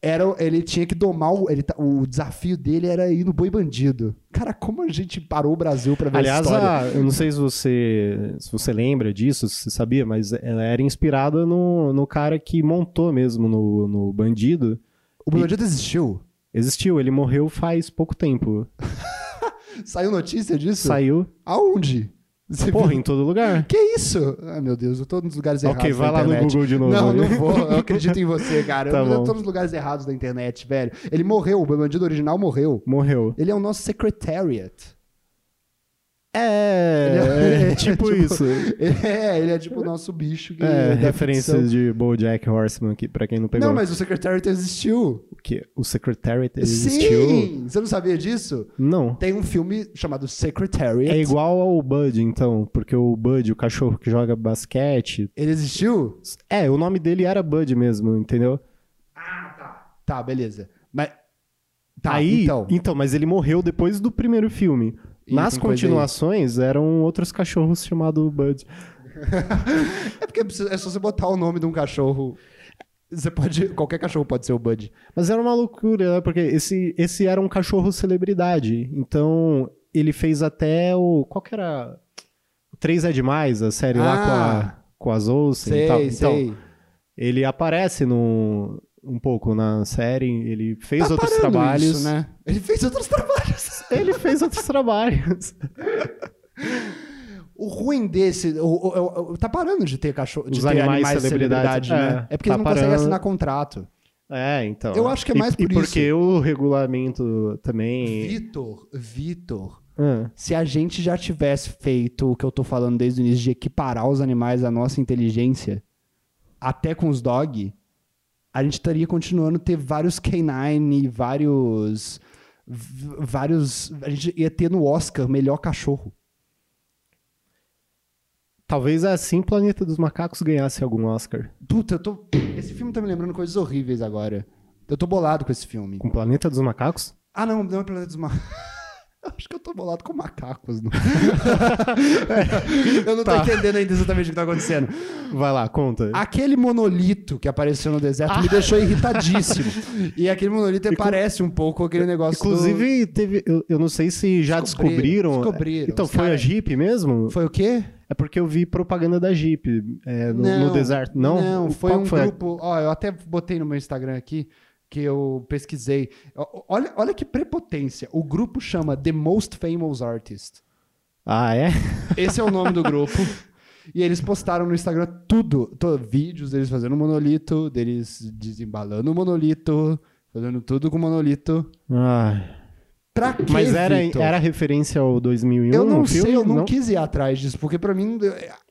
Speaker 1: era, ele tinha que domar o, ele tá- o desafio dele era ir no boi bandido. Cara, como a gente parou o Brasil pra ver
Speaker 2: Aliás,
Speaker 1: essa história?
Speaker 2: a- eu não sei se você, se você lembra disso, se você sabia, mas ela era inspirada no, no cara que montou mesmo no, no Bandido.
Speaker 1: O boi bandido existiu?
Speaker 2: Existiu, ele morreu faz pouco tempo.
Speaker 1: Saiu notícia disso?
Speaker 2: Saiu,
Speaker 1: Aonde? Você
Speaker 2: porra,
Speaker 1: viu?
Speaker 2: em todo lugar.
Speaker 1: Que isso? Ai, meu Deus, eu tô nos lugares errados.
Speaker 2: ok,
Speaker 1: da
Speaker 2: vai lá no
Speaker 1: internet.
Speaker 2: Google de novo.
Speaker 1: Não, não
Speaker 2: aí.
Speaker 1: vou.
Speaker 2: [LAUGHS]
Speaker 1: Eu acredito em você, cara.
Speaker 2: Tá
Speaker 1: eu
Speaker 2: bom.
Speaker 1: eu tô nos lugares errados da internet, velho. Ele morreu, o boi bandido original morreu.
Speaker 2: Morreu.
Speaker 1: Ele é o nosso secretariat. [LAUGHS]
Speaker 2: É, é [LAUGHS] tipo isso.
Speaker 1: É, ele é tipo o nosso bicho que.
Speaker 2: É,
Speaker 1: da
Speaker 2: referências
Speaker 1: ficção.
Speaker 2: de BoJack Horseman aqui, pra quem não pegou.
Speaker 1: Não, mas o secretariat existiu.
Speaker 2: O quê? O Secretariat existiu?
Speaker 1: Sim! Você não sabia disso?
Speaker 2: Não.
Speaker 1: Tem um filme chamado Secretariat.
Speaker 2: É igual ao Bud, então, porque o Bud, o cachorro que joga basquete.
Speaker 1: Ele existiu?
Speaker 2: É, o nome dele era Bud mesmo, entendeu?
Speaker 1: Tá, beleza. Mas. Tá,
Speaker 2: aí,
Speaker 1: então.
Speaker 2: mas ele morreu depois do primeiro filme.
Speaker 1: Ih,
Speaker 2: Nas
Speaker 1: tem coisa aí.
Speaker 2: continuações eram outros cachorros chamados Bud.
Speaker 1: É porque precisa- é só você botar o nome de um cachorro. Você pode. Qualquer cachorro pode ser o Bud.
Speaker 2: Mas era uma loucura, né? Porque esse, esse era um cachorro celebridade. Então, ele fez até o. Qual que era? O Três é Demais, a série lá com a, com a Olsen
Speaker 1: Ah! sei,
Speaker 2: e tal. Então,
Speaker 1: sei.
Speaker 2: ele aparece no, um pouco na série, ele fez
Speaker 1: Tá
Speaker 2: outros
Speaker 1: parando
Speaker 2: trabalhos.
Speaker 1: isso, né? Ele fez outros trabalhos.
Speaker 2: [LAUGHS] Ele fez outros trabalhos. [LAUGHS]
Speaker 1: O ruim desse. o- o- o- tá parando de ter cachorro. De
Speaker 2: Os
Speaker 1: ter
Speaker 2: animais
Speaker 1: animais celebridade,
Speaker 2: celebridade,
Speaker 1: né?
Speaker 2: é.
Speaker 1: É, porque
Speaker 2: Tá
Speaker 1: eles não
Speaker 2: parando.
Speaker 1: conseguem assinar contrato.
Speaker 2: É, então.
Speaker 1: Eu acho que é
Speaker 2: E-
Speaker 1: mais por
Speaker 2: E
Speaker 1: isso.
Speaker 2: porque o regulamento também.
Speaker 1: Vitor, Vitor,
Speaker 2: Ah,
Speaker 1: se a gente já tivesse feito o que eu tô falando desde o início de equiparar os animais à nossa inteligência, até com os dog, a gente estaria continuando a ter vários canine e vários. v- Vários. A gente ia ter no Oscar melhor cachorro.
Speaker 2: talvez assim Planeta dos Macacos ganhasse algum Oscar.
Speaker 1: Puta, eu tô. Esse filme tá me lembrando coisas horríveis agora. Eu tô bolado com esse filme.
Speaker 2: Com Planeta dos Macacos?
Speaker 1: Ah, não, não é Planeta dos Macacos. Acho que [LAUGHS] eu tô bolado com macacos.
Speaker 2: [LAUGHS]
Speaker 1: Não. eu não tô
Speaker 2: Tá.
Speaker 1: entendendo ainda exatamente o que tá
Speaker 2: [LAUGHS]
Speaker 1: acontecendo.
Speaker 2: Vai lá, conta.
Speaker 1: Aquele monolito que apareceu no deserto me
Speaker 2: Ah.
Speaker 1: deixou irritadíssimo. E aquele monolito parece um pouco aquele negócio. do-
Speaker 2: Inclusive, teve. Eu, eu não sei se já
Speaker 1: Descobriram,
Speaker 2: descobriram.
Speaker 1: descobriram.
Speaker 2: Então,
Speaker 1: Os
Speaker 2: foi a
Speaker 1: cara-
Speaker 2: Jeep mesmo?
Speaker 1: Foi o quê?
Speaker 2: É porque eu vi propaganda da Jeep é, no, no deserto. Não,
Speaker 1: Não, foi
Speaker 2: Qual
Speaker 1: um
Speaker 2: foi a-
Speaker 1: grupo. Ó, eu até botei no meu Instagram aqui que eu pesquisei. Ó, Olha, olha que prepotência. O grupo chama The Most Famous Artist.
Speaker 2: Ah, é?
Speaker 1: Esse é o nome do grupo. E eles postaram no Instagram tudo, to- vídeos deles fazendo monolito, deles desembalando o monolito, fazendo tudo com monolito.
Speaker 2: Ah.
Speaker 1: Pra quê,
Speaker 2: Mas era,
Speaker 1: Vitor?
Speaker 2: era referência ao 2001?
Speaker 1: Eu não
Speaker 2: o um, filme?
Speaker 1: sei, eu não, quis ir atrás disso, porque pra mim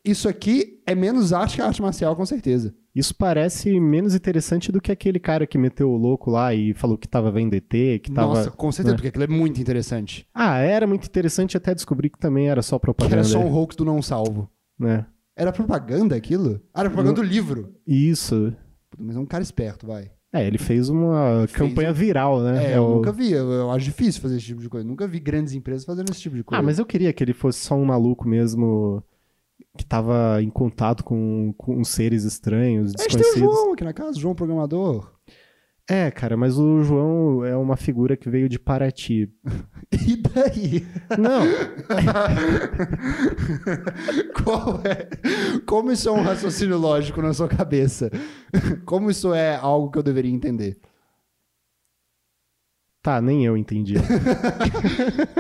Speaker 1: isso aqui é menos arte que a arte marcial, com certeza.
Speaker 2: Isso parece menos interessante do que aquele cara que meteu o louco lá e falou que tava vendo ET, que tava.
Speaker 1: Nossa, com certeza,
Speaker 2: né?
Speaker 1: porque aquilo é muito interessante.
Speaker 2: Ah, era muito interessante até descobrir que também era só
Speaker 1: Que
Speaker 2: propaganda.
Speaker 1: era só um hoax do não salvo.
Speaker 2: né?
Speaker 1: Era propaganda aquilo? Ah, era propaganda do livro.
Speaker 2: Isso.
Speaker 1: Puta, Mas é um cara esperto, vai.
Speaker 2: É, ele fez uma campanha viral, né?
Speaker 1: É,
Speaker 2: É
Speaker 1: eu
Speaker 2: o-
Speaker 1: nunca vi, eu, eu acho difícil fazer esse tipo de coisa. Nunca vi grandes empresas fazendo esse tipo de coisa.
Speaker 2: Ah, mas eu queria que ele fosse só um maluco mesmo que tava em contato com, com seres estranhos,
Speaker 1: A gente tem o
Speaker 2: desconhecidos.
Speaker 1: João aqui na casa, João programador. [LAUGHS]
Speaker 2: É, cara, mas o João é uma figura que veio de Paraty.
Speaker 1: E daí?
Speaker 2: Não,
Speaker 1: Qual é? Como isso é um raciocínio lógico na sua cabeça? [LAUGHS] Como isso é algo que eu deveria entender?
Speaker 2: tá, nem eu entendi.
Speaker 1: [LAUGHS]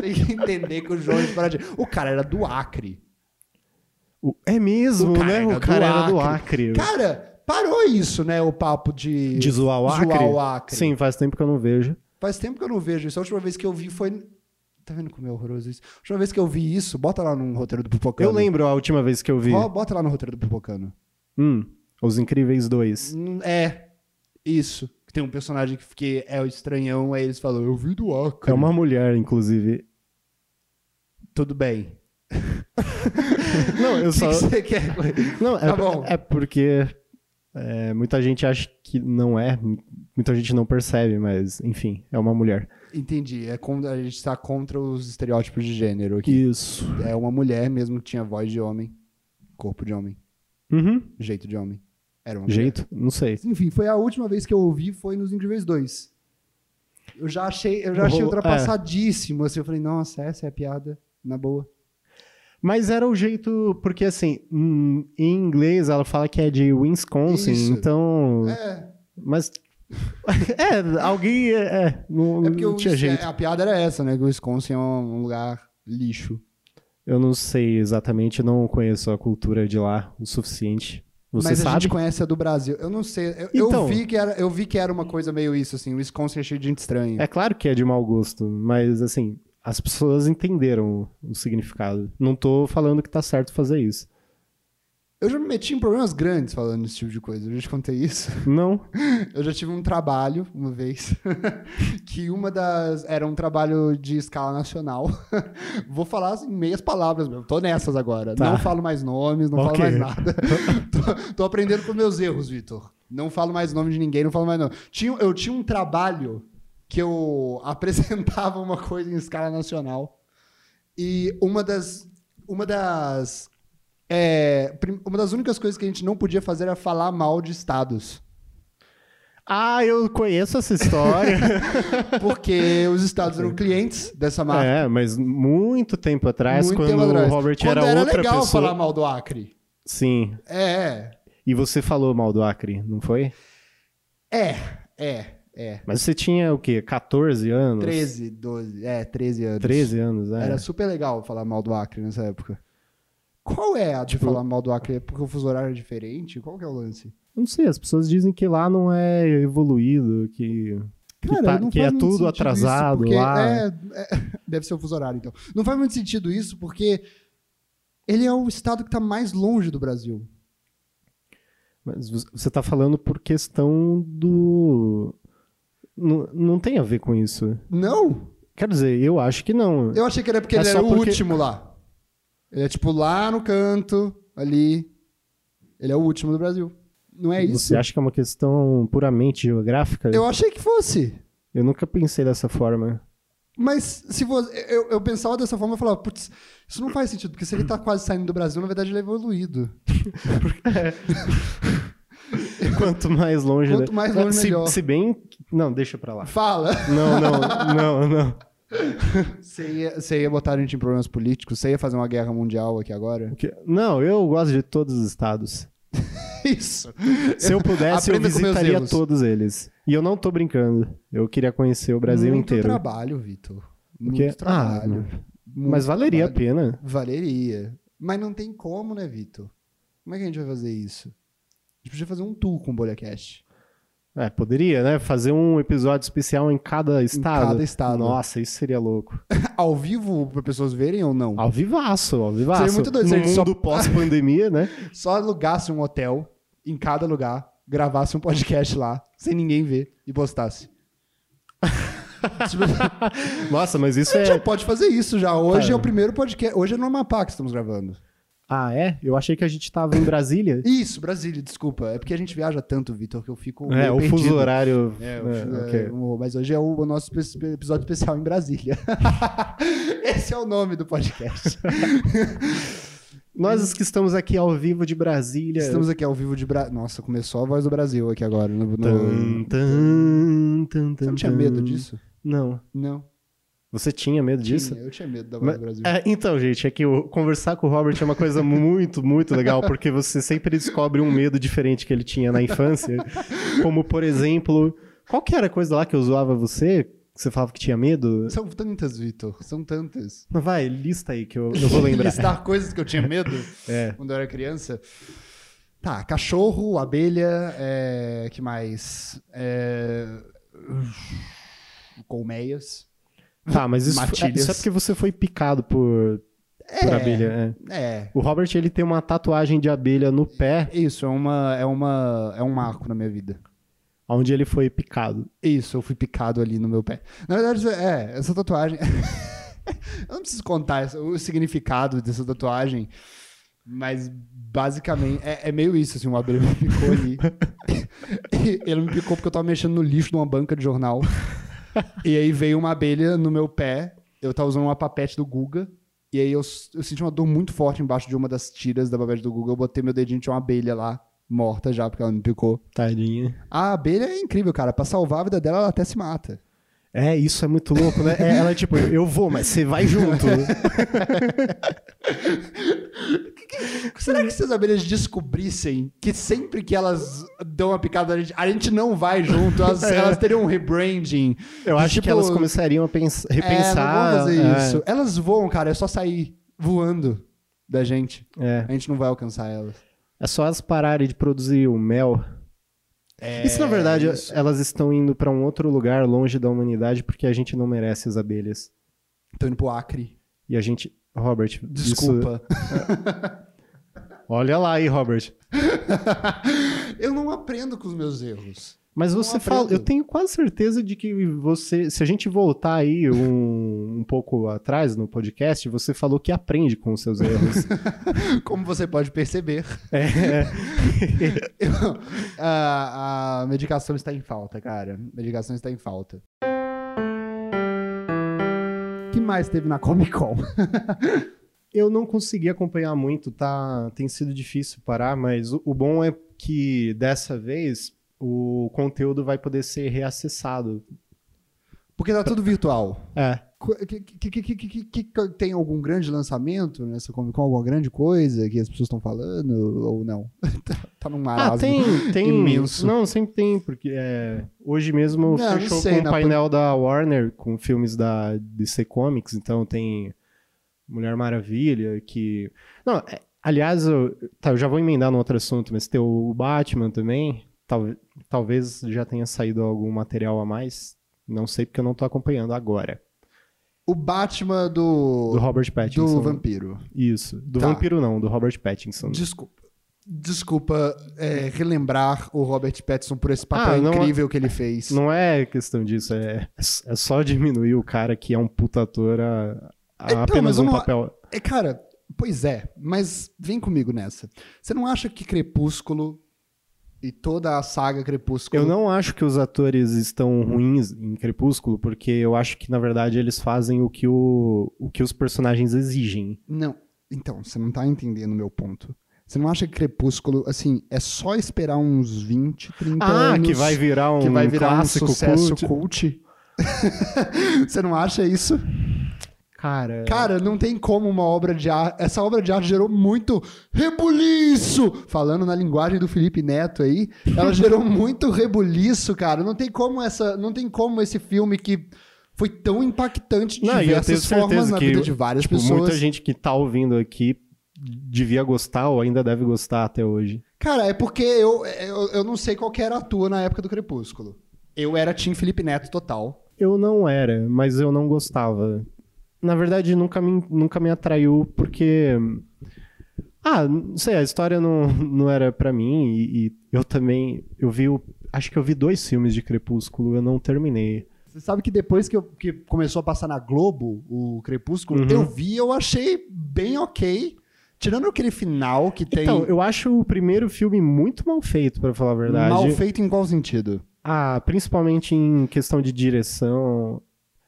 Speaker 1: Tem que entender que o João é de Paraty. O cara era do Acre.
Speaker 2: O- É mesmo,
Speaker 1: O cara
Speaker 2: né?
Speaker 1: era
Speaker 2: O
Speaker 1: do
Speaker 2: cara era do
Speaker 1: Acre.
Speaker 2: Acre.
Speaker 1: Cara, parou isso, né? O papo de.
Speaker 2: De zoar o
Speaker 1: zoar
Speaker 2: Acre?
Speaker 1: o Acre.
Speaker 2: Sim, faz tempo que eu não vejo.
Speaker 1: Faz tempo que eu não vejo isso. A última vez que eu vi foi Tá vendo como é horroroso isso? A última vez que eu vi isso, bota lá no roteiro do Pipocano.
Speaker 2: Eu lembro a última vez que eu vi.
Speaker 1: Ó, Bota lá no roteiro do Pipocano.
Speaker 2: Hum, Os Incríveis 2.
Speaker 1: Hum, É, isso. Tem um personagem que, que é o estranhão, aí eles falam, eu vi do Acre.
Speaker 2: É uma mulher, inclusive.
Speaker 1: Tudo bem.
Speaker 2: [LAUGHS] Não,
Speaker 1: [LAUGHS]
Speaker 2: eu
Speaker 1: O que
Speaker 2: só.
Speaker 1: que você quer?
Speaker 2: Não, é,
Speaker 1: Tá bom.
Speaker 2: é porque é, muita gente acha que não é, muita gente não percebe, mas enfim, é uma mulher.
Speaker 1: Entendi, é con- a gente tá contra os estereótipos de gênero aqui.
Speaker 2: Isso.
Speaker 1: É uma mulher mesmo que tinha voz de homem, corpo de homem,
Speaker 2: Uhum.
Speaker 1: jeito de homem. Era uma mulher.
Speaker 2: Jeito? Não sei.
Speaker 1: Enfim, foi a última vez que eu ouvi, foi nos Incríveis 2. Eu já achei, eu já achei
Speaker 2: Rolou- é.
Speaker 1: ultrapassadíssimo, assim, eu falei, nossa, essa é a piada, na boa.
Speaker 2: Mas era o jeito, porque assim, hum, em inglês ela fala que é de Wisconsin,
Speaker 1: Isso.
Speaker 2: então.
Speaker 1: É,
Speaker 2: Mas. [LAUGHS] é, alguém. É, é, não,
Speaker 1: é porque
Speaker 2: não
Speaker 1: o-
Speaker 2: tinha jeito.
Speaker 1: a piada era essa, né, que o Wisconsin é um lugar lixo.
Speaker 2: Eu não sei exatamente, não conheço a cultura de lá o suficiente. Você
Speaker 1: Mas a
Speaker 2: sabe?
Speaker 1: gente conhece a do Brasil. Eu não sei, eu, eu
Speaker 2: Então.
Speaker 1: vi que era, eu vi que era uma coisa meio isso, assim, o Wisconsin é cheio de gente estranha.
Speaker 2: É claro que é de mau gosto, mas assim, as pessoas entenderam o o significado. Não tô falando que tá certo fazer isso.
Speaker 1: Eu já me meti em problemas grandes falando esse tipo de coisa. Eu já te contei isso.
Speaker 2: Não.
Speaker 1: [LAUGHS] Eu já tive um trabalho uma vez [LAUGHS] que uma das era um trabalho de escala nacional. [LAUGHS] Vou falar em meias palavras, meu. Tô nessas agora.
Speaker 2: Tá.
Speaker 1: Não falo mais nomes, não
Speaker 2: Ok.
Speaker 1: falo mais
Speaker 2: [LAUGHS]
Speaker 1: nada. tô, tô aprendendo com meus erros, Vitor. Não falo mais nome de ninguém, não falo mais nome. Tinha, eu tinha um trabalho que eu [LAUGHS] apresentava uma coisa em escala nacional e uma das uma das é, prim- uma das únicas coisas que a gente não podia fazer era falar mal de estados.
Speaker 2: Ah, eu conheço essa história.
Speaker 1: Porque os estados eram clientes dessa marca.
Speaker 2: [LAUGHS] é, mas muito tempo atrás,
Speaker 1: muito
Speaker 2: quando
Speaker 1: tempo atrás.
Speaker 2: o Robert
Speaker 1: Quando
Speaker 2: era, outra
Speaker 1: legal
Speaker 2: pessoa.
Speaker 1: falar mal do Acre.
Speaker 2: Sim.
Speaker 1: É,
Speaker 2: E você falou mal do Acre, não foi?
Speaker 1: é, é, é.
Speaker 2: Mas você tinha o quê? 14 anos?
Speaker 1: 13, 12, é, 13 anos. é.
Speaker 2: 13 anos, né?
Speaker 1: Era super legal falar mal do Acre nessa época. Qual é a de
Speaker 2: Tipo-
Speaker 1: falar mal do Acre? É porque o fuso horário é diferente? Qual que é o lance?
Speaker 2: Não sei, as pessoas dizem que lá não é evoluído, que.
Speaker 1: Cara,
Speaker 2: tá-
Speaker 1: não
Speaker 2: que
Speaker 1: faz
Speaker 2: é
Speaker 1: muito
Speaker 2: tudo
Speaker 1: sentido
Speaker 2: atrasado
Speaker 1: isso, porque-
Speaker 2: lá.
Speaker 1: É, é, [LAUGHS] deve ser o fuso horário, então. Não faz muito sentido isso, porque ele é o estado que tá mais longe do Brasil.
Speaker 2: Mas vo- você tá falando por questão do. Não, não tem a ver com isso.
Speaker 1: Não!
Speaker 2: Quer dizer, eu acho que não.
Speaker 1: Eu achei que era porque
Speaker 2: É
Speaker 1: ele
Speaker 2: só
Speaker 1: era o
Speaker 2: porque-
Speaker 1: último lá. Ele é tipo lá no canto, ali. Ele é o último do Brasil. Não é isso?
Speaker 2: Você acha que é uma questão puramente geográfica?
Speaker 1: Eu achei que fosse.
Speaker 2: Eu nunca pensei dessa
Speaker 1: [LAUGHS]
Speaker 2: forma.
Speaker 1: Mas se você. Eu, eu pensava dessa forma, eu falava, putz, isso não faz sentido, porque se ele tá quase saindo do Brasil, na verdade ele é evoluído.
Speaker 2: Quanto mais longe.
Speaker 1: Quanto
Speaker 2: né?
Speaker 1: mais longe,
Speaker 2: se,
Speaker 1: melhor.
Speaker 2: se bem. que- Não, deixa pra lá.
Speaker 1: Fala!
Speaker 2: Não, [LAUGHS] não, não, não.
Speaker 1: Você ia, você ia botar a gente em problemas políticos? Você ia fazer uma guerra mundial aqui agora?
Speaker 2: O quê? Não, eu gosto de todos os estados.
Speaker 1: [LAUGHS] Isso!
Speaker 2: Se eu pudesse, eu
Speaker 1: Aprenda com meus
Speaker 2: visitaria
Speaker 1: erros.
Speaker 2: todos eles. E eu não tô brincando. Eu queria conhecer o Brasil
Speaker 1: Muito
Speaker 2: inteiro.
Speaker 1: trabalho, Vitor. Muito
Speaker 2: Porque- ah,
Speaker 1: trabalho. Muito
Speaker 2: Mas valeria
Speaker 1: trabalho.
Speaker 2: a pena.
Speaker 1: Valeria. Mas não tem como, né, Vitor? Como é que a gente vai fazer isso? A gente podia fazer um tour com o BolhaCast.
Speaker 2: É, poderia, né? Fazer um episódio especial em cada estado.
Speaker 1: cada estado.
Speaker 2: Nossa, isso seria louco.
Speaker 1: [LAUGHS] Ao vivo, pra pessoas verem ou não?
Speaker 2: Ao vivaço, ao vivaço.
Speaker 1: Seria um muito doido se
Speaker 2: No
Speaker 1: a gente só-
Speaker 2: mundo pós-pandemia, né?
Speaker 1: Só alugasse um hotel em cada lugar, gravasse um podcast lá, sem ninguém ver, e
Speaker 2: [LAUGHS]
Speaker 1: postasse. Tipo, a
Speaker 2: Nossa,
Speaker 1: [LAUGHS]
Speaker 2: mas isso
Speaker 1: gente já
Speaker 2: é...
Speaker 1: pode fazer isso já. Hoje
Speaker 2: Cara.
Speaker 1: é o primeiro podcast. Hoje é no Amapá que estamos gravando.
Speaker 2: Ah, é? Eu achei que a gente tava em Brasília.
Speaker 1: Isso, Brasília, desculpa. É porque a gente viaja tanto, Vitor, que [LAUGHS] eu fico.
Speaker 2: é,
Speaker 1: meio
Speaker 2: o fuso
Speaker 1: perdido.
Speaker 2: horário...
Speaker 1: É,
Speaker 2: É,
Speaker 1: o- é,
Speaker 2: ok.
Speaker 1: o- mas hoje é o, o nosso espe- episódio especial em Brasília. [LAUGHS] Esse é o nome do
Speaker 2: [LAUGHS]
Speaker 1: podcast.
Speaker 2: Nós que estamos aqui ao vivo de Brasília...
Speaker 1: Estamos aqui ao vivo de Bra... Nossa, começou a voz do Brasil aqui agora. no- no-
Speaker 2: Tan, tan, tan,
Speaker 1: Você
Speaker 2: tan,
Speaker 1: não tinha
Speaker 2: tan.
Speaker 1: medo disso?
Speaker 2: Não.
Speaker 1: Não.
Speaker 2: Você tinha medo disso?
Speaker 1: Tinha, eu tinha medo da voz
Speaker 2: Mas-
Speaker 1: do Brasil.
Speaker 2: é, então, gente, é que o- conversar com o Robert é uma coisa muito, muito legal, porque você sempre descobre um medo diferente que ele tinha na infância. Como, por exemplo, qual que era a coisa lá que eu zoava você? Que você falava que tinha medo?
Speaker 1: São tantas, Vitor. São tantas.
Speaker 2: Não, vai, lista aí que eu, eu vou lembrar. É.
Speaker 1: Listar coisas que eu tinha
Speaker 2: [LAUGHS]
Speaker 1: medo quando eu era criança. Tá, cachorro, abelha, é... que mais? É... Colmeias.
Speaker 2: Tá, mas isso, foi-
Speaker 1: Matilhas.
Speaker 2: isso é porque você foi picado por, por abelha. é.
Speaker 1: É.
Speaker 2: O Robert, ele tem uma tatuagem de abelha no pé,
Speaker 1: Isso, é uma, é uma. É um marco na minha vida.
Speaker 2: onde ele foi picado.
Speaker 1: Isso, eu fui picado ali no meu pé. Na verdade, é, essa tatuagem. [LAUGHS] eu não preciso contar essa- o significado dessa tatuagem, mas basicamente é, é meio isso, assim, o abelha me picou ali. E Ele me picou porque eu tava mexendo no lixo de uma banca de jornal. E aí veio uma abelha no meu pé. Eu tava usando uma papete do Guga. E aí eu, s- eu senti uma dor muito forte embaixo de uma das tiras da papete do Guga. Eu botei meu dedinho, tinha uma abelha lá, morta já, porque ela me picou.
Speaker 2: Tadinha.
Speaker 1: A abelha é incrível, cara. Pra salvar a vida dela, ela até se mata.
Speaker 2: É, isso é muito louco, né? É, ela é tipo, eu vou, mas você vai junto.
Speaker 1: Será que se as abelhas descobrissem que sempre que elas dão uma picada, a gente, a gente não vai junto,
Speaker 2: [LAUGHS]
Speaker 1: elas,
Speaker 2: É.
Speaker 1: elas teriam um rebranding.
Speaker 2: Eu
Speaker 1: De,
Speaker 2: acho que
Speaker 1: tipo,
Speaker 2: elas começariam a pens-
Speaker 1: É,
Speaker 2: repensar.
Speaker 1: não vamos fazer
Speaker 2: é,
Speaker 1: isso. Elas voam, cara, é só sair voando da gente.
Speaker 2: É.
Speaker 1: A gente não vai alcançar elas.
Speaker 2: É só elas pararem de produzir o mel.
Speaker 1: É,
Speaker 2: e se na verdade
Speaker 1: isso.
Speaker 2: elas estão indo pra um outro lugar longe da humanidade porque a gente não merece as abelhas.
Speaker 1: Tô indo pro Acre.
Speaker 2: E a gente. Robert, isso-
Speaker 1: Desculpa.
Speaker 2: Olha lá aí, Robert.
Speaker 1: Eu não aprendo com os meus erros.
Speaker 2: Mas
Speaker 1: Não
Speaker 2: você fala.
Speaker 1: aprendo.
Speaker 2: Eu tenho quase certeza de que você. Se a gente voltar aí um, um pouco atrás no podcast, você falou que aprende com os seus erros.
Speaker 1: Como você pode perceber,
Speaker 2: [LAUGHS] é,
Speaker 1: [LAUGHS] eu- a, a medicação está em falta, cara. Medicação está em falta. O que mais teve na Comic Con?
Speaker 2: Eu não consegui acompanhar muito, tá? Tem sido difícil parar, mas o, o bom é que dessa vez o conteúdo vai poder ser reacessado.
Speaker 1: Porque tá tudo virtual.
Speaker 2: É.
Speaker 1: Co- que- que- que- que- que- que- que- Tem algum grande lançamento nessa Comic Con? Alguma grande coisa que as pessoas estão falando ou não? [LAUGHS] Tá- tá num
Speaker 2: Ah,
Speaker 1: marasmo. [LAUGHS]
Speaker 2: tem, tem.
Speaker 1: imenso.
Speaker 2: Não, sempre tem, porque é, hoje mesmo
Speaker 1: Não, não
Speaker 2: fechou
Speaker 1: sei,
Speaker 2: com
Speaker 1: na
Speaker 2: o painel da Warner com filmes da DC Comics, então tem Mulher Maravilha, que. Não, é, aliás, eu, tá, eu já vou emendar num outro assunto, mas tem o Batman também. Tal- talvez já tenha saído algum material a mais. Não sei porque eu não tô acompanhando agora.
Speaker 1: O Batman do.
Speaker 2: Do Robert
Speaker 1: do
Speaker 2: Pattinson.
Speaker 1: vampiro.
Speaker 2: Isso. Do
Speaker 1: Tá.
Speaker 2: vampiro não, do Robert Pattinson.
Speaker 1: Desculpa. Desculpa é, relembrar o Robert Pattinson por esse papel
Speaker 2: Ah, não-
Speaker 1: incrível que ele fez.
Speaker 2: Não é questão disso, é, é só diminuir o cara que é um puta ator a, a
Speaker 1: Então, mas
Speaker 2: apenas um
Speaker 1: vamos lá.
Speaker 2: papel.
Speaker 1: É, cara, pois é, mas vem comigo nessa. Você não acha que Crepúsculo e toda a saga Crepúsculo.
Speaker 2: Eu não acho que os atores estão ruins em Crepúsculo, porque eu acho que, na verdade, eles fazem o que, o, o que os personagens exigem.
Speaker 1: Não. Então, você não tá entendendo o meu ponto. Você não acha que Crepúsculo, assim, é só esperar uns 20, 30
Speaker 2: Ah,
Speaker 1: anos
Speaker 2: que vai virar um
Speaker 1: que vai virar um
Speaker 2: clássico
Speaker 1: sucesso
Speaker 2: cult.
Speaker 1: cult? [LAUGHS] você não acha isso?
Speaker 2: Cara,
Speaker 1: Cara, não tem como uma obra de arte. Essa obra de arte gerou muito rebuliço! Falando na linguagem do Felipe Neto aí,
Speaker 2: [LAUGHS]
Speaker 1: ela gerou muito rebuliço, cara. Não tem como essa. Não tem como esse filme que foi tão impactante de
Speaker 2: Não, e eu tenho
Speaker 1: diversas formas
Speaker 2: certeza
Speaker 1: na
Speaker 2: que,
Speaker 1: vida de várias
Speaker 2: tipo,
Speaker 1: pessoas.
Speaker 2: muita gente que tá ouvindo aqui devia gostar ou ainda deve gostar até hoje.
Speaker 1: Cara, é porque eu, eu, eu não sei qual que era a tua na época do Crepúsculo. Eu era Tim Felipe Neto total.
Speaker 2: Eu não era, mas eu não gostava. Na verdade, nunca me, nunca me atraiu, porque. Ah, não sei, a história não, [LAUGHS] não era pra mim, e, e eu também. Eu vi. o- acho que eu vi dois filmes de Crepúsculo, eu não terminei.
Speaker 1: Você sabe que depois que, eu- que começou a passar na Globo o Crepúsculo,
Speaker 2: Uhum.
Speaker 1: eu vi eu achei bem ok. Tirando aquele final que tem
Speaker 2: Então, eu acho o primeiro filme muito mal feito, pra falar a verdade.
Speaker 1: mal feito em qual sentido?
Speaker 2: Ah, principalmente em questão de direção.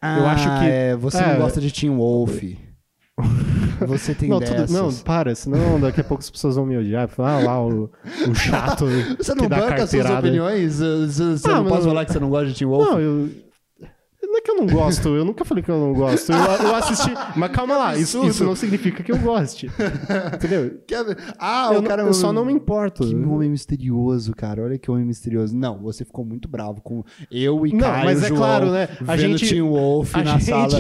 Speaker 2: Eu acho que-
Speaker 1: é, você
Speaker 2: é.
Speaker 1: não gosta de Tim Wolf. Você tem
Speaker 2: [LAUGHS] não,
Speaker 1: dessas.
Speaker 2: não, para, senão daqui a pouco as pessoas vão me odiar. Falar, ah lá, o, o chato.
Speaker 1: [LAUGHS] Você
Speaker 2: que
Speaker 1: não
Speaker 2: dá
Speaker 1: banca suas
Speaker 2: carteirada.
Speaker 1: opiniões? Você você
Speaker 2: Ah,
Speaker 1: não
Speaker 2: mas
Speaker 1: pode
Speaker 2: não-
Speaker 1: falar que você não gosta de Tim Wolf?
Speaker 2: Não, eu. Não é que eu não gosto, eu nunca falei que eu não gosto. Eu, eu assisti. Mas calma lá, isso,
Speaker 1: Absurdo.
Speaker 2: isso não significa que eu goste. Entendeu?
Speaker 1: Quer- Ah,
Speaker 2: eu,
Speaker 1: o
Speaker 2: não-
Speaker 1: cara
Speaker 2: eu só não me importo.
Speaker 1: Que homem misterioso, cara. Olha que homem misterioso. Não, você ficou muito bravo com eu e
Speaker 2: Não,
Speaker 1: Caio
Speaker 2: mas é
Speaker 1: João,
Speaker 2: claro, né? A
Speaker 1: vendo
Speaker 2: gente-
Speaker 1: Tim Wolf
Speaker 2: A
Speaker 1: na
Speaker 2: gente,
Speaker 1: sala.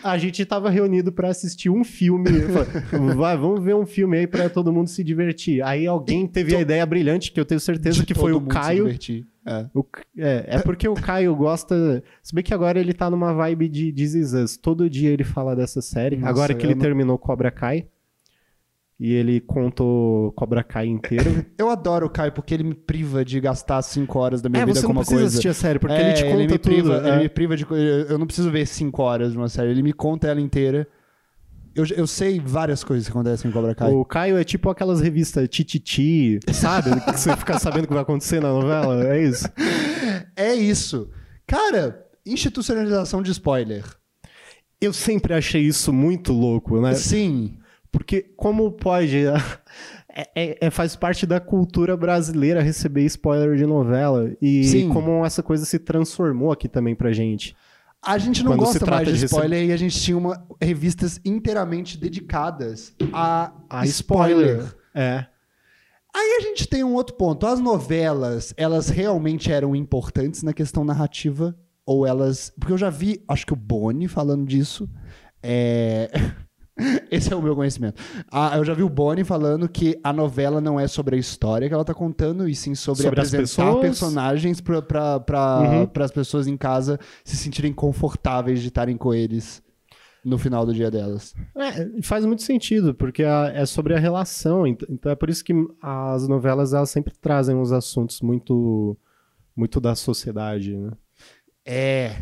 Speaker 2: [LAUGHS] a gente tava reunido pra assistir um filme. Eu falei, Vai, vamos ver um filme aí pra todo mundo se divertir. Aí alguém teve a ideia brilhante, que eu tenho certeza
Speaker 1: Então De
Speaker 2: que foi
Speaker 1: todo
Speaker 2: o
Speaker 1: mundo se
Speaker 2: Caio,
Speaker 1: divertir. É.
Speaker 2: O C- é, é porque o Caio gosta. Se bem que agora ele tá numa vibe de This Is Us. Todo dia ele fala dessa série.
Speaker 1: Nossa,
Speaker 2: agora que ele
Speaker 1: eu não-
Speaker 2: terminou Cobra Kai. E ele contou Cobra Kai inteiro.
Speaker 1: Eu adoro o Caio porque ele me priva de gastar 5 horas da minha
Speaker 2: [LAUGHS] é,
Speaker 1: vida
Speaker 2: você
Speaker 1: com
Speaker 2: não
Speaker 1: uma
Speaker 2: precisa
Speaker 1: coisa.
Speaker 2: assistir a série, porque
Speaker 1: É,
Speaker 2: ele te conta
Speaker 1: me
Speaker 2: tudo.
Speaker 1: priva,
Speaker 2: é.
Speaker 1: Ele me priva de. co- eu- Eu não preciso ver 5 horas de uma série. Ele me conta ela inteira. Eu, eu sei várias coisas que acontecem em Cobra Kai.
Speaker 2: O Caio é tipo aquelas revistas Tititi, sabe? [LAUGHS] que você fica sabendo o que vai acontecer na novela. É isso.
Speaker 1: É isso. Cara, institucionalização de spoiler.
Speaker 2: Eu sempre achei isso muito louco, né?
Speaker 1: Sim.
Speaker 2: Porque como pode. [LAUGHS] É, é- é- faz parte da cultura brasileira receber spoiler de novela. E
Speaker 1: Sim.
Speaker 2: como essa coisa se transformou aqui também pra gente.
Speaker 1: A gente não
Speaker 2: Quando se
Speaker 1: gosta
Speaker 2: trata
Speaker 1: mais de
Speaker 2: de receber-
Speaker 1: spoiler e a gente tinha uma, revistas inteiramente dedicadas a,
Speaker 2: A
Speaker 1: spoiler.
Speaker 2: É.
Speaker 1: Aí a gente tem um outro ponto. As novelas, elas realmente eram importantes na questão narrativa? Ou elas. Porque eu já vi, acho que o Boni falando disso. É. [LAUGHS] Esse é o meu conhecimento. Ah, eu já vi o Boni falando que a novela não é sobre a história que ela tá contando, e sim sobre,
Speaker 2: Sobre as
Speaker 1: apresentar
Speaker 2: pessoas.
Speaker 1: personagens para
Speaker 2: Uhum.
Speaker 1: as pessoas em casa se sentirem confortáveis de estarem com eles no final do dia delas.
Speaker 2: É, faz muito sentido, porque a- é sobre a relação. ent- Então é por isso que as novelas elas sempre trazem uns assuntos muito, muito da sociedade, né?
Speaker 1: É,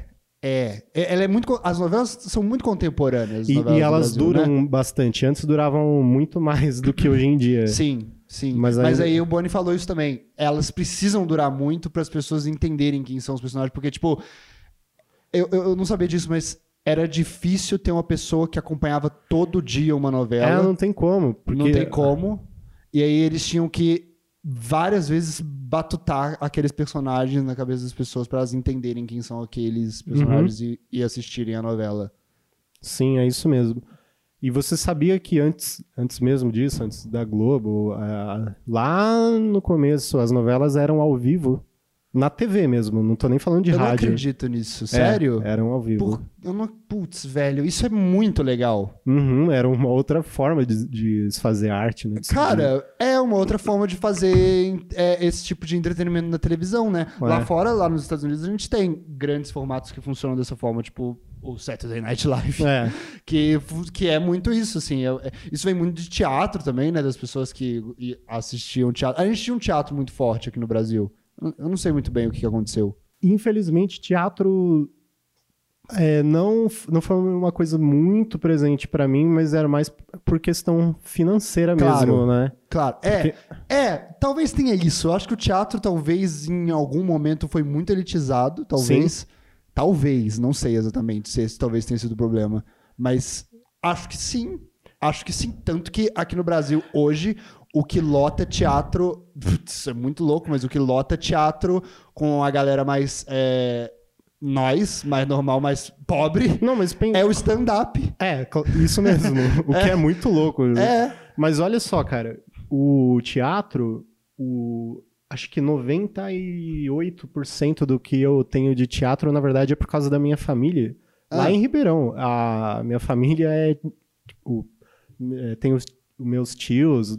Speaker 1: é. É- Ela é muito, co- as novelas são muito contemporâneas. as
Speaker 2: E,
Speaker 1: novelas
Speaker 2: e
Speaker 1: do
Speaker 2: elas
Speaker 1: Brasil, né?
Speaker 2: duram bastante. Antes duravam muito [LAUGHS] mais do que hoje em dia.
Speaker 1: Sim, sim. Mas
Speaker 2: É. Mas
Speaker 1: aí,
Speaker 2: ainda-
Speaker 1: o Boni falou isso também. Elas precisam durar muito para as pessoas entenderem quem são os personagens, porque, tipo, eu, eu eu não sabia disso, mas era difícil ter uma pessoa que acompanhava todo dia uma
Speaker 2: É,
Speaker 1: novela.
Speaker 2: não tem como. Porque
Speaker 1: Não tem como. E aí eles tinham que várias vezes batutar aqueles personagens na cabeça das pessoas para elas entenderem quem são aqueles
Speaker 2: Uhum.
Speaker 1: personagens e, e assistirem a novela.
Speaker 2: Sim, é isso mesmo. E você sabia que antes, antes mesmo disso, antes da Globo, ah, lá no começo as novelas eram ao vivo, na TV mesmo, não tô nem falando de
Speaker 1: eu não
Speaker 2: rádio.
Speaker 1: acredito nisso,
Speaker 2: É,
Speaker 1: sério?
Speaker 2: eram ao vivo.
Speaker 1: Por- eu não, putz, velho, isso é muito legal.
Speaker 2: Uhum, era uma outra forma de, de se fazer arte, né? de se-
Speaker 1: Cara, é uma outra forma de fazer é, esse tipo de entretenimento na televisão, né?
Speaker 2: Ué.
Speaker 1: Lá fora, lá nos Estados Unidos, a gente tem grandes formatos que funcionam dessa forma, tipo o Saturday Night Live,
Speaker 2: É,
Speaker 1: [LAUGHS] que, fu- que é muito isso, assim. é- é- isso vem muito de teatro também, né? Das pessoas que e, assistiam teatro. A gente tinha um teatro muito forte aqui no Brasil. Eu- Eu não sei muito bem o que que aconteceu.
Speaker 2: infelizmente, teatro é, não, f- não foi uma coisa muito presente pra mim, mas era mais por questão financeira
Speaker 1: Claro.
Speaker 2: mesmo, né?
Speaker 1: Claro, é, é, talvez tenha isso. Eu acho que o teatro talvez em algum momento foi muito elitizado, talvez. Talvez, não sei exatamente se esse talvez tenha sido o problema, mas acho que sim. Acho que sim, tanto que aqui no Brasil hoje o que lota teatro, isso é muito louco, mas o que lota teatro com a galera mais é, nós, mais normal, mais
Speaker 2: [LAUGHS]
Speaker 1: pobre,
Speaker 2: Não, mas pen-
Speaker 1: é o stand-up.
Speaker 2: É, cl- isso
Speaker 1: [LAUGHS]
Speaker 2: mesmo. o que é, muito louco.
Speaker 1: É,
Speaker 2: Mas olha só, cara, o teatro, o acho que 98% do que eu tenho de teatro, na verdade, é por causa da minha família.
Speaker 1: Ah.
Speaker 2: Lá em Ribeirão, a minha família é tipo, é, tem os os meus tios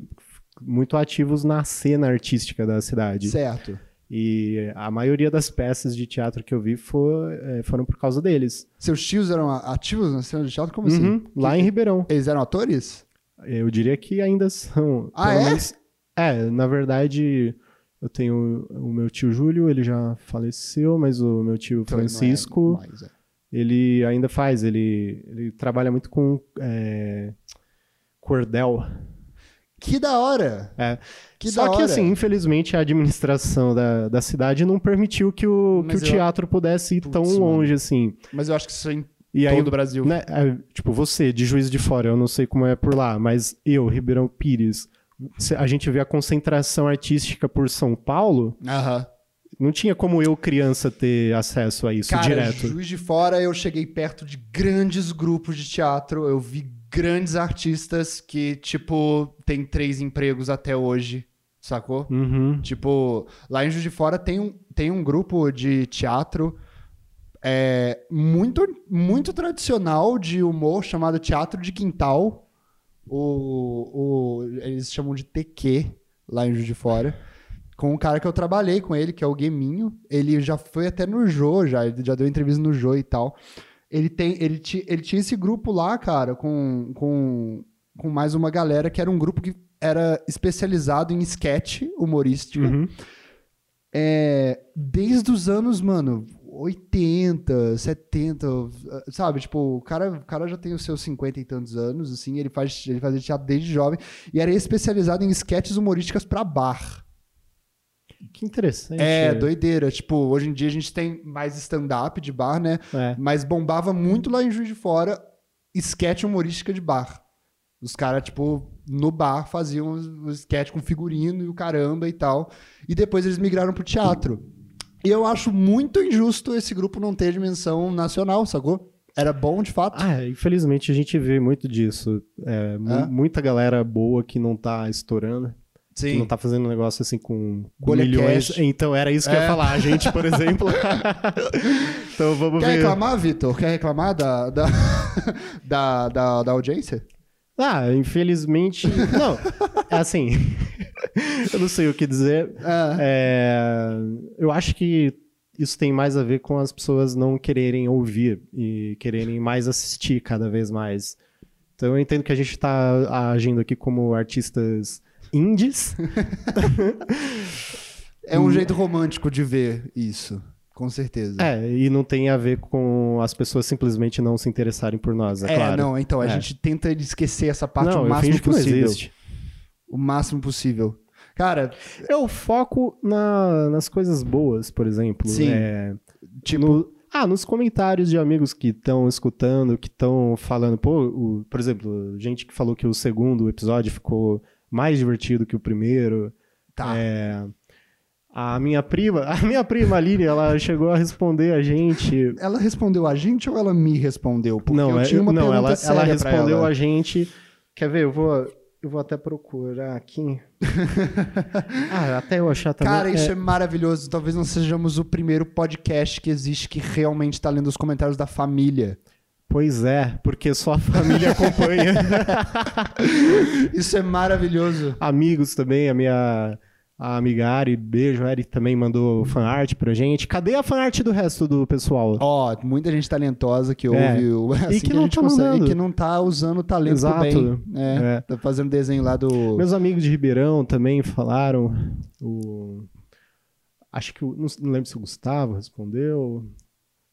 Speaker 2: muito ativos na cena artística da cidade.
Speaker 1: certo.
Speaker 2: E a maioria das peças de teatro que eu vi fo- é, foram por causa deles.
Speaker 1: Seus tios eram ativos na cena de teatro? Como assim?
Speaker 2: Uhum, lá em Ribeirão.
Speaker 1: Eles eram atores?
Speaker 2: Eu diria que ainda são.
Speaker 1: Ah,
Speaker 2: Pelo
Speaker 1: é?
Speaker 2: menos- é, na verdade, eu tenho o meu tio Júlio, ele já faleceu, mas o meu tio
Speaker 1: Então, ele não é
Speaker 2: Francisco,
Speaker 1: mais, é.
Speaker 2: ele ainda faz, ele, ele trabalha muito com é, cordel.
Speaker 1: Que da hora!
Speaker 2: É.
Speaker 1: Que
Speaker 2: Só
Speaker 1: da
Speaker 2: que,
Speaker 1: hora.
Speaker 2: assim, infelizmente, a administração da, da cidade não permitiu que o, que
Speaker 1: Mas
Speaker 2: o
Speaker 1: eu-
Speaker 2: teatro pudesse ir tão
Speaker 1: Putz, mano.
Speaker 2: longe, assim.
Speaker 1: Mas eu acho que isso é em
Speaker 2: E aí,
Speaker 1: todo o Brasil.
Speaker 2: né, é, tipo, você, de juiz de fora, eu não sei como é por lá, mas eu, Ribeirão Pires, se a gente vê a concentração artística por São Paulo,
Speaker 1: Aham.
Speaker 2: não tinha como eu, criança, ter acesso a isso
Speaker 1: Cara,
Speaker 2: direto.
Speaker 1: Juiz de Fora, eu cheguei perto de grandes grupos de teatro, eu vi grandes artistas que, tipo, tem três empregos até hoje, sacou?
Speaker 2: Uhum.
Speaker 1: Tipo, lá em Juiz de Fora tem um, tem um grupo de teatro é, muito, muito tradicional de humor chamado Teatro de Quintal. O, o, eles chamam de TQ lá em Juiz de Fora. com um cara que eu trabalhei com ele, que é o Gueminho. Ele já foi até no Jô, já, ele já deu entrevista no Jô e tal. Ele, tem, ele, ti- ele tinha esse grupo lá, cara, com, com, com mais uma galera, que era um grupo que era especializado em sketch humorístico.
Speaker 2: Uhum.
Speaker 1: É, desde os anos, mano, 80, 70, sabe? Tipo, o cara, o cara já tem os seus 50 e tantos anos, assim, ele faz ele fazia teatro desde jovem e era especializado em sketches humorísticas pra bar.
Speaker 2: Que interessante.
Speaker 1: É, doideira. Tipo, hoje em dia a gente tem mais stand-up de bar, né?
Speaker 2: É.
Speaker 1: Mas bombava muito lá em Juiz de Fora sketch humorística de bar. Os caras, tipo, no bar faziam um sketch com figurino e o caramba e tal. E depois eles migraram pro teatro. E eu acho muito injusto esse grupo não ter dimensão nacional, sacou? Era bom de fato.
Speaker 2: Ah, infelizmente a gente vê muito disso. É, mu-
Speaker 1: Hã?
Speaker 2: Muita galera boa que não tá estourando, que não tá fazendo um negócio assim com, com
Speaker 1: Bolha
Speaker 2: milhões.
Speaker 1: cash.
Speaker 2: Então era isso que eu
Speaker 1: É.
Speaker 2: ia falar. A
Speaker 1: [LAUGHS]
Speaker 2: gente, por exemplo. [LAUGHS] então vamos
Speaker 1: Quer
Speaker 2: ver.
Speaker 1: reclamar, Vitor? Quer reclamar da, [LAUGHS] da, da, da, da audiência?
Speaker 2: Ah, infelizmente. Não, é assim. [LAUGHS] eu não sei o que dizer.
Speaker 1: Ah,
Speaker 2: É, eu acho que isso tem mais a ver com as pessoas não quererem ouvir e quererem mais assistir cada vez mais. Então eu entendo que a gente está agindo aqui como artistas indies.
Speaker 1: Uhum. É, um jeito romântico de ver isso, com certeza.
Speaker 2: Hum. É, e não tem a ver com as pessoas simplesmente não se interessarem por nós, é,
Speaker 1: É,
Speaker 2: claro.
Speaker 1: não, então a
Speaker 2: É.
Speaker 1: gente tenta esquecer essa parte
Speaker 2: Não,
Speaker 1: o
Speaker 2: eu
Speaker 1: máximo
Speaker 2: finjo que não
Speaker 1: possível.
Speaker 2: existe.
Speaker 1: o máximo possível. Cara,
Speaker 2: Eu É foco na- nas coisas boas, por exemplo.
Speaker 1: Sim.
Speaker 2: É,
Speaker 1: tipo,
Speaker 2: no- ah, nos comentários de amigos que estão escutando, que estão falando, pô, o- por exemplo, gente que falou que o segundo episódio ficou mais divertido que o primeiro.
Speaker 1: tá.
Speaker 2: É. A minha prima, [LAUGHS] a minha prima Aline, ela chegou a responder a gente.
Speaker 1: Ela respondeu a gente ou ela me respondeu? Porque
Speaker 2: não,
Speaker 1: eu
Speaker 2: é-
Speaker 1: tinha uma
Speaker 2: não,
Speaker 1: pergunta
Speaker 2: ela,
Speaker 1: séria
Speaker 2: ela respondeu
Speaker 1: pra ela.
Speaker 2: a gente. Quer ver? Eu vou, eu vou até procurar
Speaker 1: [LAUGHS]
Speaker 2: aqui. ah, até eu achar também.
Speaker 1: Cara,
Speaker 2: É,
Speaker 1: isso é... maravilhoso. Talvez não sejamos o primeiro podcast que existe que realmente tá lendo os comentários da família.
Speaker 2: Pois é, porque só a família acompanha.
Speaker 1: [LAUGHS] Isso é maravilhoso.
Speaker 2: Amigos também, a minha a amiga Ari, beijo, Ari também mandou fanart pra gente. Cadê a fanart do resto do pessoal?
Speaker 1: Ó, muita gente talentosa que ouve
Speaker 2: É.
Speaker 1: o- assim
Speaker 2: que não
Speaker 1: a gente
Speaker 2: tá
Speaker 1: consegue,
Speaker 2: mandando.
Speaker 1: que não tá usando o talento
Speaker 2: Exato.
Speaker 1: bem. É,
Speaker 2: É.
Speaker 1: Tá fazendo desenho lá do...
Speaker 2: Meus amigos de Ribeirão também falaram. O... Acho que o... não não lembro se o Gustavo respondeu.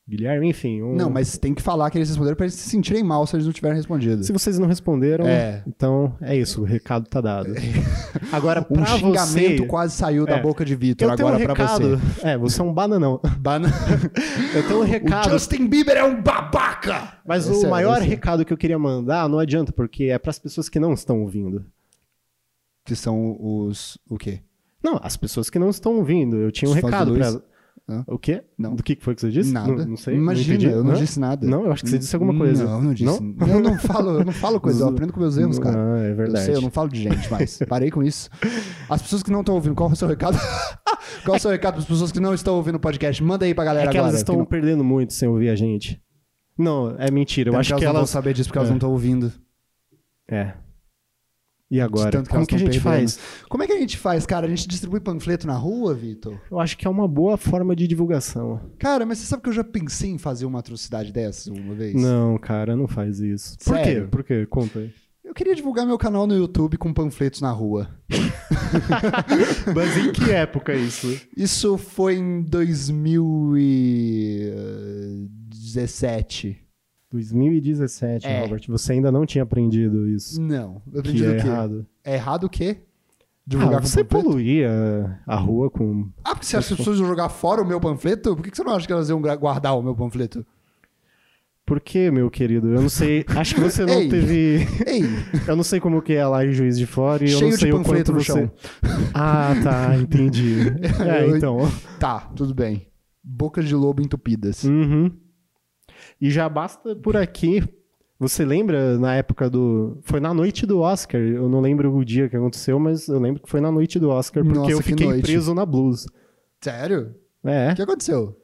Speaker 2: Guilherme, enfim. um-
Speaker 1: Não, mas tem que falar que eles responderam pra eles se sentirem mal se eles não tiverem respondido.
Speaker 2: Se vocês não responderam,
Speaker 1: É.
Speaker 2: então é isso, o recado tá dado. Agora,
Speaker 1: Um
Speaker 2: pra
Speaker 1: xingamento
Speaker 2: você,
Speaker 1: quase saiu da
Speaker 2: É.
Speaker 1: boca de Vitor
Speaker 2: eu tenho
Speaker 1: agora
Speaker 2: um
Speaker 1: pra
Speaker 2: recado.
Speaker 1: você.
Speaker 2: É, você é um bananão.
Speaker 1: Bana-
Speaker 2: Eu tenho um
Speaker 1: O
Speaker 2: recado
Speaker 1: Justin Bieber é um babaca!
Speaker 2: Mas
Speaker 1: Esse
Speaker 2: o
Speaker 1: é-
Speaker 2: maior
Speaker 1: esse é-
Speaker 2: recado que eu queria mandar não adianta, porque é pras pessoas que não estão ouvindo.
Speaker 1: Que são os. O quê?
Speaker 2: Não, as pessoas que não estão ouvindo. Eu tinha um
Speaker 1: Os fãs
Speaker 2: recado
Speaker 1: do
Speaker 2: pra
Speaker 1: Luiz? Hã?
Speaker 2: O quê?
Speaker 1: Não.
Speaker 2: Do que que foi que você disse?
Speaker 1: Nada.
Speaker 2: Não, não sei.
Speaker 1: Imagina,
Speaker 2: entendi.
Speaker 1: eu não
Speaker 2: Hã?
Speaker 1: disse nada.
Speaker 2: Não, eu acho que você disse alguma coisa.
Speaker 1: Não, eu não disse. Eu não falo, eu não falo coisa, eu aprendo com meus erros, cara.
Speaker 2: Ah, é
Speaker 1: Eu
Speaker 2: verdade.
Speaker 1: sei, eu não falo de gente, mas parei com isso. As pessoas que não estão ouvindo, qual é o seu recado? [LAUGHS] qual é o seu recado para as pessoas que não estão ouvindo o podcast? Manda aí pra galera
Speaker 2: É que
Speaker 1: agora.
Speaker 2: elas estão
Speaker 1: que não-
Speaker 2: perdendo muito sem ouvir a gente. Não, é mentira. Eu
Speaker 1: Tanto
Speaker 2: acho
Speaker 1: elas
Speaker 2: que
Speaker 1: não vão
Speaker 2: elas.
Speaker 1: saber disso porque elas
Speaker 2: É.
Speaker 1: não estão ouvindo.
Speaker 2: É. E agora?
Speaker 1: tanto que
Speaker 2: Como
Speaker 1: elas
Speaker 2: que a
Speaker 1: tão
Speaker 2: gente
Speaker 1: perdendo.
Speaker 2: faz?
Speaker 1: Como é que a gente faz, cara? A gente distribui panfleto na rua, Vitor?
Speaker 2: Eu acho que é uma boa forma de divulgação.
Speaker 1: Cara, mas você sabe que eu já pensei em fazer uma atrocidade dessas uma vez?
Speaker 2: Não, cara, não faz isso. Por
Speaker 1: Sério?
Speaker 2: quê? Por quê?
Speaker 1: [LAUGHS]
Speaker 2: Conta aí.
Speaker 1: Eu queria divulgar meu canal no YouTube com panfletos na rua.
Speaker 2: Mas em que época isso?
Speaker 1: é Isso foi em 2017.
Speaker 2: 2017,
Speaker 1: É.
Speaker 2: Robert. Você ainda não tinha aprendido isso.
Speaker 1: Não, eu
Speaker 2: Que
Speaker 1: aprendi
Speaker 2: é
Speaker 1: o quê?
Speaker 2: errado.
Speaker 1: É errado o quê?
Speaker 2: Ah,
Speaker 1: Divulgar com
Speaker 2: você
Speaker 1: panfleto?
Speaker 2: poluía a rua com.
Speaker 1: Ah, porque você acha que as pessoas iam jogar fora o meu panfleto? Por que que você não acha que elas iam gra- guardar o meu panfleto?
Speaker 2: Por que, meu querido? Eu
Speaker 1: [LAUGHS]
Speaker 2: não sei. Acho que você não
Speaker 1: Ei.
Speaker 2: teve.
Speaker 1: Ei,
Speaker 2: Eu não sei como que é lá em Juiz de Fora e eu
Speaker 1: Cheio
Speaker 2: não
Speaker 1: de
Speaker 2: sei o quanto
Speaker 1: panfleto no
Speaker 2: você.
Speaker 1: chão.
Speaker 2: [LAUGHS] Ah, tá, entendi.
Speaker 1: [LAUGHS]
Speaker 2: É,
Speaker 1: Eu-
Speaker 2: então.
Speaker 1: tá, tudo bem. Bocas de lobo entupidas.
Speaker 2: Uhum. E já basta por aqui. Você lembra na época do. Foi na noite do Oscar. Eu não lembro o dia que aconteceu, mas eu lembro que foi na noite do Oscar, porque
Speaker 1: Nossa,
Speaker 2: eu
Speaker 1: que
Speaker 2: fiquei
Speaker 1: noite.
Speaker 2: preso na blues.
Speaker 1: Sério?
Speaker 2: É.
Speaker 1: O que aconteceu?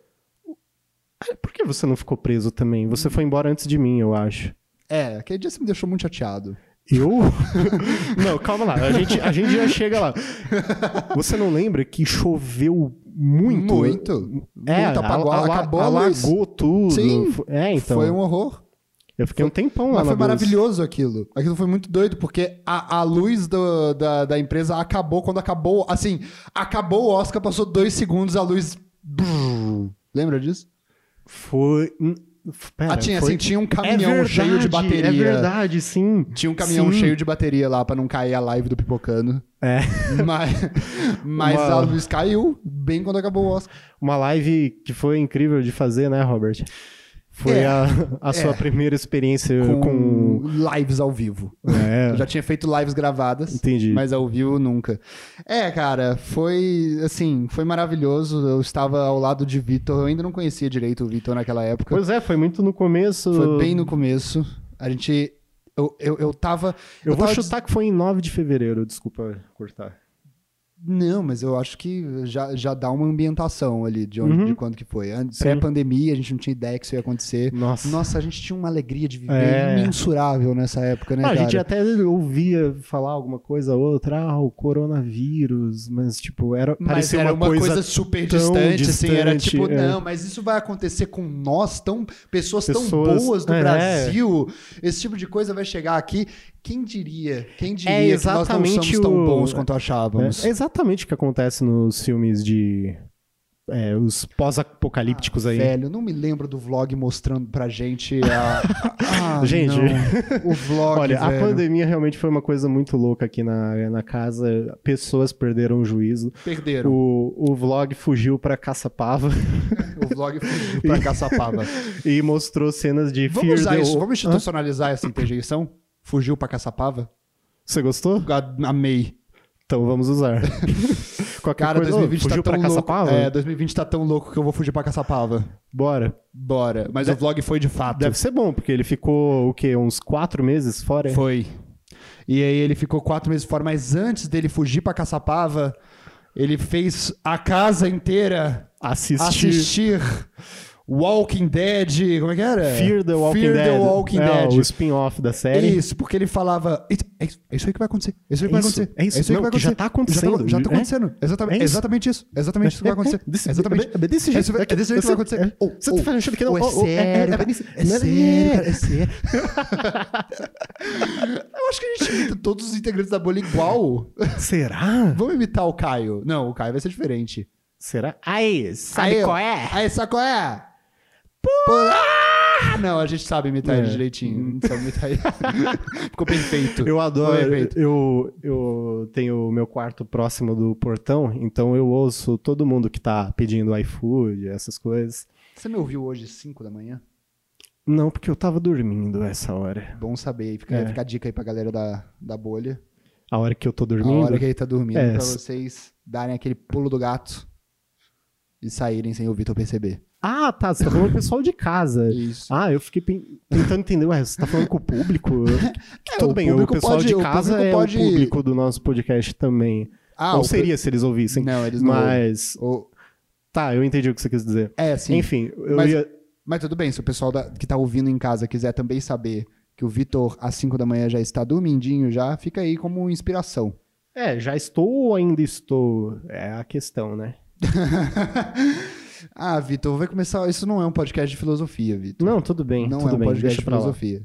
Speaker 2: Ah, Por que você não ficou preso também? Você foi embora antes de mim, eu acho.
Speaker 1: É, aquele dia você me deixou muito chateado.
Speaker 2: Eu? [LAUGHS] não, calma lá. A gente, a gente já chega lá. Você não lembra que choveu muito?
Speaker 1: Muito.
Speaker 2: É,
Speaker 1: Muito apagou,
Speaker 2: ala-
Speaker 1: acabou a luz.
Speaker 2: alagou tudo.
Speaker 1: Sim.
Speaker 2: F- É, então.
Speaker 1: Foi um horror.
Speaker 2: Eu fiquei um tempão lá
Speaker 1: Mas
Speaker 2: na
Speaker 1: foi
Speaker 2: luz.
Speaker 1: maravilhoso aquilo. Aquilo foi muito doido, porque a, a luz do- da, da empresa acabou quando acabou. Assim, acabou o Oscar, passou dois segundos, a luz. brrr. Lembra disso?
Speaker 2: Foi. hum, f- Pera,
Speaker 1: ah, tinha,
Speaker 2: foi...
Speaker 1: assim, tinha um
Speaker 2: É
Speaker 1: caminhão
Speaker 2: verdade,
Speaker 1: cheio de bateria.
Speaker 2: É verdade, sim.
Speaker 1: Tinha um caminhão
Speaker 2: Sim.
Speaker 1: cheio de bateria lá pra não cair a live do Pipocano.
Speaker 2: É.
Speaker 1: Mas, mas
Speaker 2: Uma-
Speaker 1: a luz caiu bem quando acabou o Oscar.
Speaker 2: Uma live que foi incrível de fazer, né, Robert? Foi
Speaker 1: É,
Speaker 2: a, a sua primeira experiência com.
Speaker 1: Com lives ao vivo.
Speaker 2: É,
Speaker 1: Eu já tinha feito lives gravadas.
Speaker 2: entendi.
Speaker 1: Mas ao vivo nunca. É, cara, foi assim, foi maravilhoso. Eu estava ao lado de Vitor, eu ainda não conhecia direito o Vitor naquela época.
Speaker 2: Pois é, foi muito no começo.
Speaker 1: Foi bem no começo. A gente. Eu, eu, eu tava.
Speaker 2: Eu, vou
Speaker 1: tava-
Speaker 2: chutar que foi em 9 de fevereiro, desculpa cortar.
Speaker 1: Não, mas eu acho que já, já dá uma ambientação ali de, onde,
Speaker 2: Uhum.
Speaker 1: de quando que foi. Antes,
Speaker 2: Sim.
Speaker 1: Pré-pandemia, a gente não tinha ideia que isso ia acontecer.
Speaker 2: Nossa.
Speaker 1: Nossa, a gente tinha uma alegria de viver
Speaker 2: É.
Speaker 1: imensurável nessa época, né,
Speaker 2: Ah, a
Speaker 1: cara?
Speaker 2: gente até ouvia falar alguma coisa ou outra, ah, o coronavírus, mas tipo, era,
Speaker 1: Mas
Speaker 2: parecia
Speaker 1: era
Speaker 2: uma, coisa,
Speaker 1: super
Speaker 2: tão
Speaker 1: distante, assim, era
Speaker 2: distante,
Speaker 1: tipo,
Speaker 2: é.
Speaker 1: não, mas isso vai acontecer com nós, tão, pessoas, tão
Speaker 2: Pessoas-
Speaker 1: boas do
Speaker 2: é.
Speaker 1: Brasil, esse tipo de coisa vai chegar aqui. Quem diria? Quem diria que nós não
Speaker 2: É exatamente
Speaker 1: somos tão
Speaker 2: o-
Speaker 1: bons quanto achávamos?
Speaker 2: É exatamente o que acontece nos filmes de é, os pós-apocalípticos aí.
Speaker 1: Velho, não me lembro do vlog mostrando pra gente
Speaker 2: [LAUGHS]
Speaker 1: a... Ah,
Speaker 2: Gente.
Speaker 1: não. o vlog,
Speaker 2: Olha, a
Speaker 1: velho.
Speaker 2: pandemia realmente foi uma coisa muito louca aqui na, na casa. Pessoas perderam o juízo.
Speaker 1: Perderam.
Speaker 2: O, o vlog fugiu pra caça-pava [LAUGHS]
Speaker 1: O vlog fugiu pra caçapava.
Speaker 2: e mostrou cenas de
Speaker 1: vamos
Speaker 2: Fear
Speaker 1: usar
Speaker 2: the
Speaker 1: isso,
Speaker 2: Wa-
Speaker 1: vamos institucionalizar essa interjeição? Fugiu pra caçapava?
Speaker 2: Você gostou?
Speaker 1: Amei.
Speaker 2: Então vamos usar.
Speaker 1: [LAUGHS]
Speaker 2: Qualquer
Speaker 1: Cara,
Speaker 2: coisa,
Speaker 1: 2020
Speaker 2: ô,
Speaker 1: tá
Speaker 2: tipo, fugiu
Speaker 1: tão
Speaker 2: pra
Speaker 1: louco.
Speaker 2: caça-pava?
Speaker 1: É, 2020 tá tão louco que eu vou fugir pra Caçapava.
Speaker 2: Bora.
Speaker 1: Bora. Mas o vlog foi de fato.
Speaker 2: Deve ser bom, porque ele ficou, o quê? Uns quatro meses fora?
Speaker 1: Foi. E aí ele ficou quatro meses fora, mas antes dele fugir pra Caçapava, ele fez a casa inteira
Speaker 2: Assistir.
Speaker 1: assistir Walking Dead. Como é que era?
Speaker 2: Fear the Walking
Speaker 1: Fear
Speaker 2: Dead.
Speaker 1: The Walking
Speaker 2: é,
Speaker 1: Dead.
Speaker 2: o spin-off da série.
Speaker 1: Isso, porque ele falava. "Isso- É isso, é isso aí que vai acontecer. É isso aí que
Speaker 2: É
Speaker 1: vai
Speaker 2: isso,
Speaker 1: acontecer.
Speaker 2: é isso.
Speaker 1: aí
Speaker 2: Não,
Speaker 1: que vai
Speaker 2: que já
Speaker 1: acontecer.
Speaker 2: tá acontecendo.
Speaker 1: Já tá, já tá
Speaker 2: É?
Speaker 1: acontecamente. Exatamente,
Speaker 2: É isso.
Speaker 1: exatamente isso. Exatamente isso que vai acontecer.
Speaker 2: É, Desse-
Speaker 1: Exatamente.
Speaker 2: é desse
Speaker 1: É
Speaker 2: jeito.
Speaker 1: isso- é desse jeito que vai acontecer.
Speaker 2: É.
Speaker 1: Oh,
Speaker 2: Você
Speaker 1: oh.
Speaker 2: tá achando que não?
Speaker 1: Oh, é
Speaker 2: Oh, oh,
Speaker 1: sério, cara.
Speaker 2: isso.
Speaker 1: É
Speaker 2: Não
Speaker 1: sério, cara.
Speaker 2: é sério.
Speaker 1: [LAUGHS] Eu acho que a gente imita todos os integrantes da bolha igual.
Speaker 2: Será?
Speaker 1: Vamos imitar o Caio. Não, o Caio vai ser diferente.
Speaker 2: Será? Aí, sabe
Speaker 1: Aí,
Speaker 2: qual é?
Speaker 1: Aí, sabe qual é? Por- Ah! Não, a gente sabe imitar ele
Speaker 2: É.
Speaker 1: direitinho. Não sabe
Speaker 2: [LAUGHS]
Speaker 1: imitar ele. Ficou perfeito.
Speaker 2: Eu adoro.
Speaker 1: Foi feito.
Speaker 2: Eu, eu tenho o meu quarto próximo do portão, então eu ouço todo mundo que tá pedindo iFood, essas coisas.
Speaker 1: Você me ouviu hoje, 5 da manhã?
Speaker 2: Não, porque eu tava dormindo essa hora.
Speaker 1: Bom saber. aí. Fica,
Speaker 2: É.
Speaker 1: fica a dica aí pra galera da, da bolha.
Speaker 2: A hora que eu tô
Speaker 1: A
Speaker 2: dormindo.
Speaker 1: hora que ele tá dormindo,
Speaker 2: É,
Speaker 1: pra
Speaker 2: s-
Speaker 1: vocês darem aquele pulo do gato e saírem sem o Vitor perceber.
Speaker 2: Ah, tá. Você tá falando com o pessoal de casa.
Speaker 1: Isso.
Speaker 2: Ah, eu fiquei pen- tentando entender. Ué, você tá falando com o público?
Speaker 1: [LAUGHS] É,
Speaker 2: Ah, Tudo
Speaker 1: o
Speaker 2: bem, o
Speaker 1: público
Speaker 2: pessoal
Speaker 1: pode-
Speaker 2: de
Speaker 1: o
Speaker 2: casa
Speaker 1: público
Speaker 2: é
Speaker 1: pode-
Speaker 2: o público do nosso podcast também.
Speaker 1: Ah,
Speaker 2: Ou
Speaker 1: o-
Speaker 2: seria se eles ouvissem.
Speaker 1: Não, eles não.
Speaker 2: Mas.
Speaker 1: ouvem. O-
Speaker 2: Tá, eu entendi o que você quis dizer.
Speaker 1: É, sim.
Speaker 2: Enfim, eu
Speaker 1: Mas-
Speaker 2: ia.
Speaker 1: Mas tudo bem, se o pessoal da- que tá ouvindo em casa quiser também saber que o Vitor, às 5 da manhã, já está dormindinho já, fica aí como inspiração. [LAUGHS]
Speaker 2: É, já estou ou ainda estou? É a questão, né?
Speaker 1: ah, Vitor, vai começar. Isso não é um podcast de filosofia, Vitor.
Speaker 2: Não, tudo bem.
Speaker 1: não
Speaker 2: Hum, tudo
Speaker 1: é um
Speaker 2: bem,
Speaker 1: podcast
Speaker 2: deixa
Speaker 1: de
Speaker 2: pra lá.
Speaker 1: filosofia.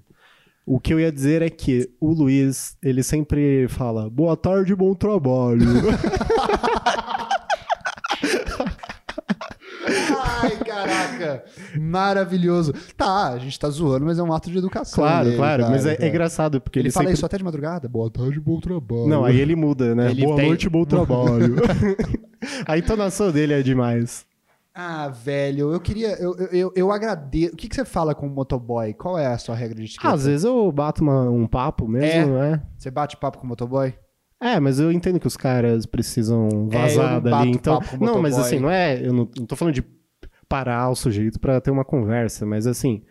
Speaker 2: O que eu ia dizer é que o Luiz, ele sempre fala: boa tarde,
Speaker 1: [LAUGHS]
Speaker 2: bom trabalho.
Speaker 1: Ai, caraca! Maravilhoso. Tá, a gente tá zoando, mas é um ato de educação.
Speaker 2: claro,
Speaker 1: dele,
Speaker 2: claro.
Speaker 1: cara,
Speaker 2: mas é, é
Speaker 1: cara.
Speaker 2: engraçado, porque
Speaker 1: Ele,
Speaker 2: ele,
Speaker 1: fala
Speaker 2: sempre.
Speaker 1: isso até de madrugada. Boa tarde, bom trabalho.
Speaker 2: Não, aí ele muda, né?
Speaker 1: Ele
Speaker 2: boa
Speaker 1: tem- [LAUGHS]
Speaker 2: noite, bom trabalho. a entonação dele é demais.
Speaker 1: Ah, velho, eu queria. Eu, eu, eu, eu agradeço. O que, que você fala com o motoboy? Qual é É. a sua regra de
Speaker 2: Ah,
Speaker 1: etiqueta?
Speaker 2: às vezes eu bato uma- um papo mesmo, né?
Speaker 1: Você bate papo com o motoboy?
Speaker 2: É, mas eu entendo que os caras precisam
Speaker 1: É, eu não
Speaker 2: vazar
Speaker 1: bato
Speaker 2: dali. Então,
Speaker 1: papo com
Speaker 2: não, mas
Speaker 1: motoboy.
Speaker 2: assim, não é. Eu não, não tô falando de parar o sujeito pra ter uma conversa, mas assim.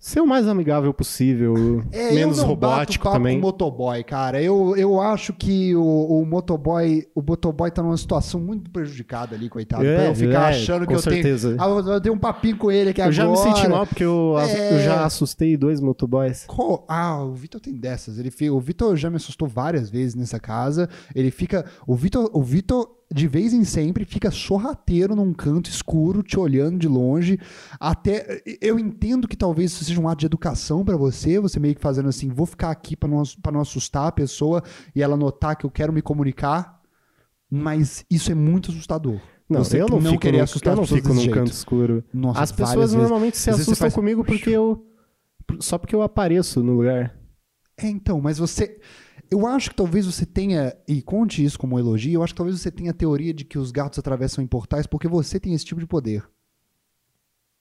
Speaker 2: ser o mais amigável possível,
Speaker 1: É,
Speaker 2: menos
Speaker 1: eu não
Speaker 2: robótico
Speaker 1: bato papo
Speaker 2: também.
Speaker 1: com o motoboy, cara. Eu, eu acho que o, o motoboy, o motoboy tá numa situação muito prejudicada ali, coitado. pra eu ficar achando que
Speaker 2: É, com
Speaker 1: eu
Speaker 2: certeza.
Speaker 1: tenho. Ah, eu- eu tenho um papinho com ele aqui
Speaker 2: eu
Speaker 1: agora.
Speaker 2: já me senti mal porque eu, as-
Speaker 1: É.
Speaker 2: eu já assustei dois motoboys.
Speaker 1: Co- Ah, o Vitor tem dessas. Ele fi- O Vitor já me assustou várias vezes nessa casa. Ele fica. O Vitor, o Vitor, de vez em sempre, fica sorrateiro num canto escuro, te olhando de longe. Até. Eu entendo que talvez isso seja um ato de educação pra você. Você meio que fazendo assim, vou ficar aqui pra não, ass- pra não assustar a pessoa e ela notar que eu quero me comunicar. Mas isso é muito assustador.
Speaker 2: Não,
Speaker 1: Você
Speaker 2: eu não,
Speaker 1: não
Speaker 2: fico
Speaker 1: querer
Speaker 2: num-
Speaker 1: assustar
Speaker 2: eu não
Speaker 1: as pessoas
Speaker 2: fico num
Speaker 1: desse jeito.
Speaker 2: canto escuro.
Speaker 1: Nossa,
Speaker 2: As
Speaker 1: várias
Speaker 2: pessoas
Speaker 1: vezes.
Speaker 2: normalmente se
Speaker 1: Às vezes você
Speaker 2: assustam
Speaker 1: faz-
Speaker 2: comigo porque eu. Só porque eu apareço no lugar.
Speaker 1: É, então, mas você. Eu acho que talvez você tenha, e conte isso como um elogio, eu acho que talvez você tenha a teoria de que os gatos atravessam em portais porque você tem esse tipo de poder.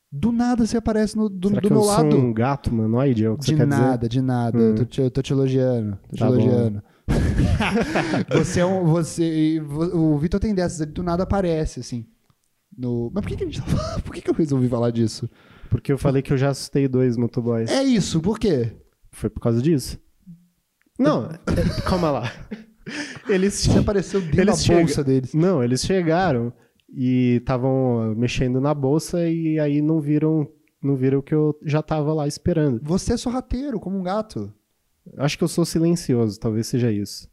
Speaker 1: Do nada você aparece no- do,
Speaker 2: Será
Speaker 1: do
Speaker 2: que
Speaker 1: meu
Speaker 2: eu
Speaker 1: lado.
Speaker 2: sou um gato humanoide? É o que
Speaker 1: De
Speaker 2: você quer dizer?
Speaker 1: nada, de nada. Eu tô te, eu tô te elogiando. Tô te
Speaker 2: Tá bom. [LAUGHS]
Speaker 1: elogiando. você é um. Você, o Vitor tem dessas, ele do nada aparece, assim. no- Mas por que, que a gente tá falando? Por que, que eu resolvi falar disso?
Speaker 2: Porque eu falei que eu já assustei dois motoboys.
Speaker 1: É isso, por quê?
Speaker 2: Foi por causa disso? Não, [LAUGHS] calma lá. Eles,
Speaker 1: Você
Speaker 2: che-
Speaker 1: apareceu dentro
Speaker 2: Eles
Speaker 1: da
Speaker 2: chegam-
Speaker 1: bolsa deles.
Speaker 2: não, eles chegaram e estavam mexendo na bolsa e aí não viram, não viram que eu já tava lá esperando.
Speaker 1: Você é sorrateiro, como um gato.
Speaker 2: Acho que eu sou silencioso, talvez seja isso.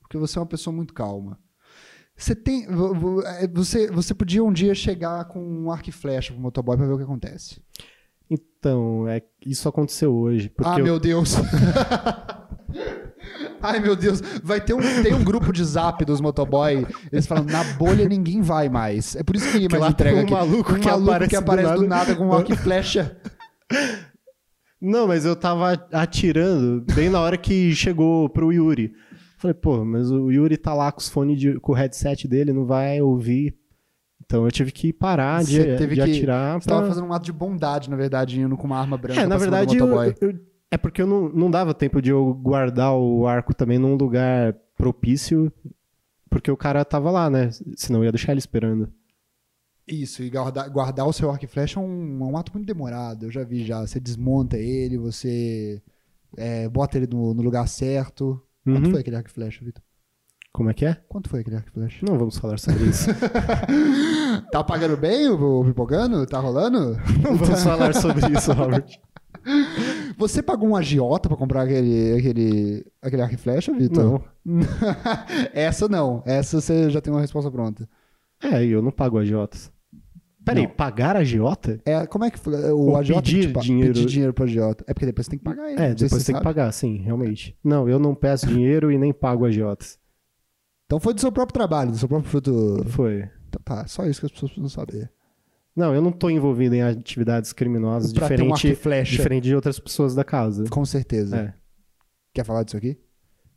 Speaker 1: porque você é uma pessoa muito calma. Você tem, vo- vo- eh, você, você podia um dia chegar com um arco e flecha pro motoboy pra ver o que acontece.
Speaker 2: Então, é, isso aconteceu hoje, porque
Speaker 1: ah,
Speaker 2: eu-
Speaker 1: meu Deus. [LAUGHS] Ai, meu Deus. Vai ter um, tem um grupo de zap dos motoboy. Eles falam, na bolha ninguém vai mais. É por isso que
Speaker 2: Porque
Speaker 1: mais
Speaker 2: lá
Speaker 1: entrega
Speaker 2: tem um
Speaker 1: aqui.
Speaker 2: maluco
Speaker 1: um
Speaker 2: que
Speaker 1: maluco
Speaker 2: aparece
Speaker 1: que
Speaker 2: do
Speaker 1: aparece do, nada.
Speaker 2: nada.
Speaker 1: com um arco e
Speaker 2: [LAUGHS]
Speaker 1: flecha.
Speaker 2: Não, mas eu tava atirando bem na hora que chegou pro Yuri. Falei, pô, mas o Yuri tá lá com os fones de- com o headset dele, não vai ouvir. Então eu tive que parar de,
Speaker 1: Você teve
Speaker 2: de
Speaker 1: que-
Speaker 2: atirar.
Speaker 1: Você tava
Speaker 2: pra-
Speaker 1: fazendo um ato de bondade, na verdade, indo com uma arma branca
Speaker 2: É, na
Speaker 1: pra cima do
Speaker 2: verdade, eu-
Speaker 1: motoboy.
Speaker 2: eu- é porque eu não, não dava tempo de eu guardar o arco também num lugar propício, porque o cara tava lá, né? Senão eu ia deixar ele esperando.
Speaker 1: Isso, e guarda- guardar, o seu arco e flecha é um, é um ato muito demorado. Eu já vi já. Você desmonta ele, você é, bota ele no, no lugar certo. Quanto
Speaker 2: Uhum.
Speaker 1: foi aquele arco e flecha, Vitor?
Speaker 2: Como é que é?
Speaker 1: Quanto foi aquele arco e flecha?
Speaker 2: Não vamos falar sobre isso.
Speaker 1: Tá pagando bem o, o pipocano? Tá rolando?
Speaker 2: [LAUGHS] não vamos falar sobre isso, Robert.
Speaker 1: Você pagou um agiota pra comprar aquele, aquele, aquele arco e flecha, Vitor?
Speaker 2: Não.
Speaker 1: Não. essa não. Essa você já tem uma resposta pronta.
Speaker 2: É, e eu não pago agiotas. Peraí,
Speaker 1: Não.
Speaker 2: pagar agiota?
Speaker 1: É, como é que foi? o
Speaker 2: Ou
Speaker 1: agiota
Speaker 2: pedir
Speaker 1: que te pa-
Speaker 2: dinheiro.
Speaker 1: pedir dinheiro pro agiota? É porque depois você tem que pagar ele.
Speaker 2: É,
Speaker 1: não sei se
Speaker 2: depois
Speaker 1: você
Speaker 2: tem que
Speaker 1: sabe.
Speaker 2: pagar, sim, realmente. Não, eu não peço dinheiro e nem pago agiotas.
Speaker 1: Então foi do seu próprio trabalho, do seu próprio fruto.
Speaker 2: Foi.
Speaker 1: Então tá, só isso que as pessoas precisam saber.
Speaker 2: Não, eu não tô envolvido em atividades criminosas
Speaker 1: Pra ter um arco e
Speaker 2: diferente,
Speaker 1: flecha.
Speaker 2: diferente de outras pessoas da casa.
Speaker 1: Com certeza.
Speaker 2: É.
Speaker 1: Quer falar disso aqui?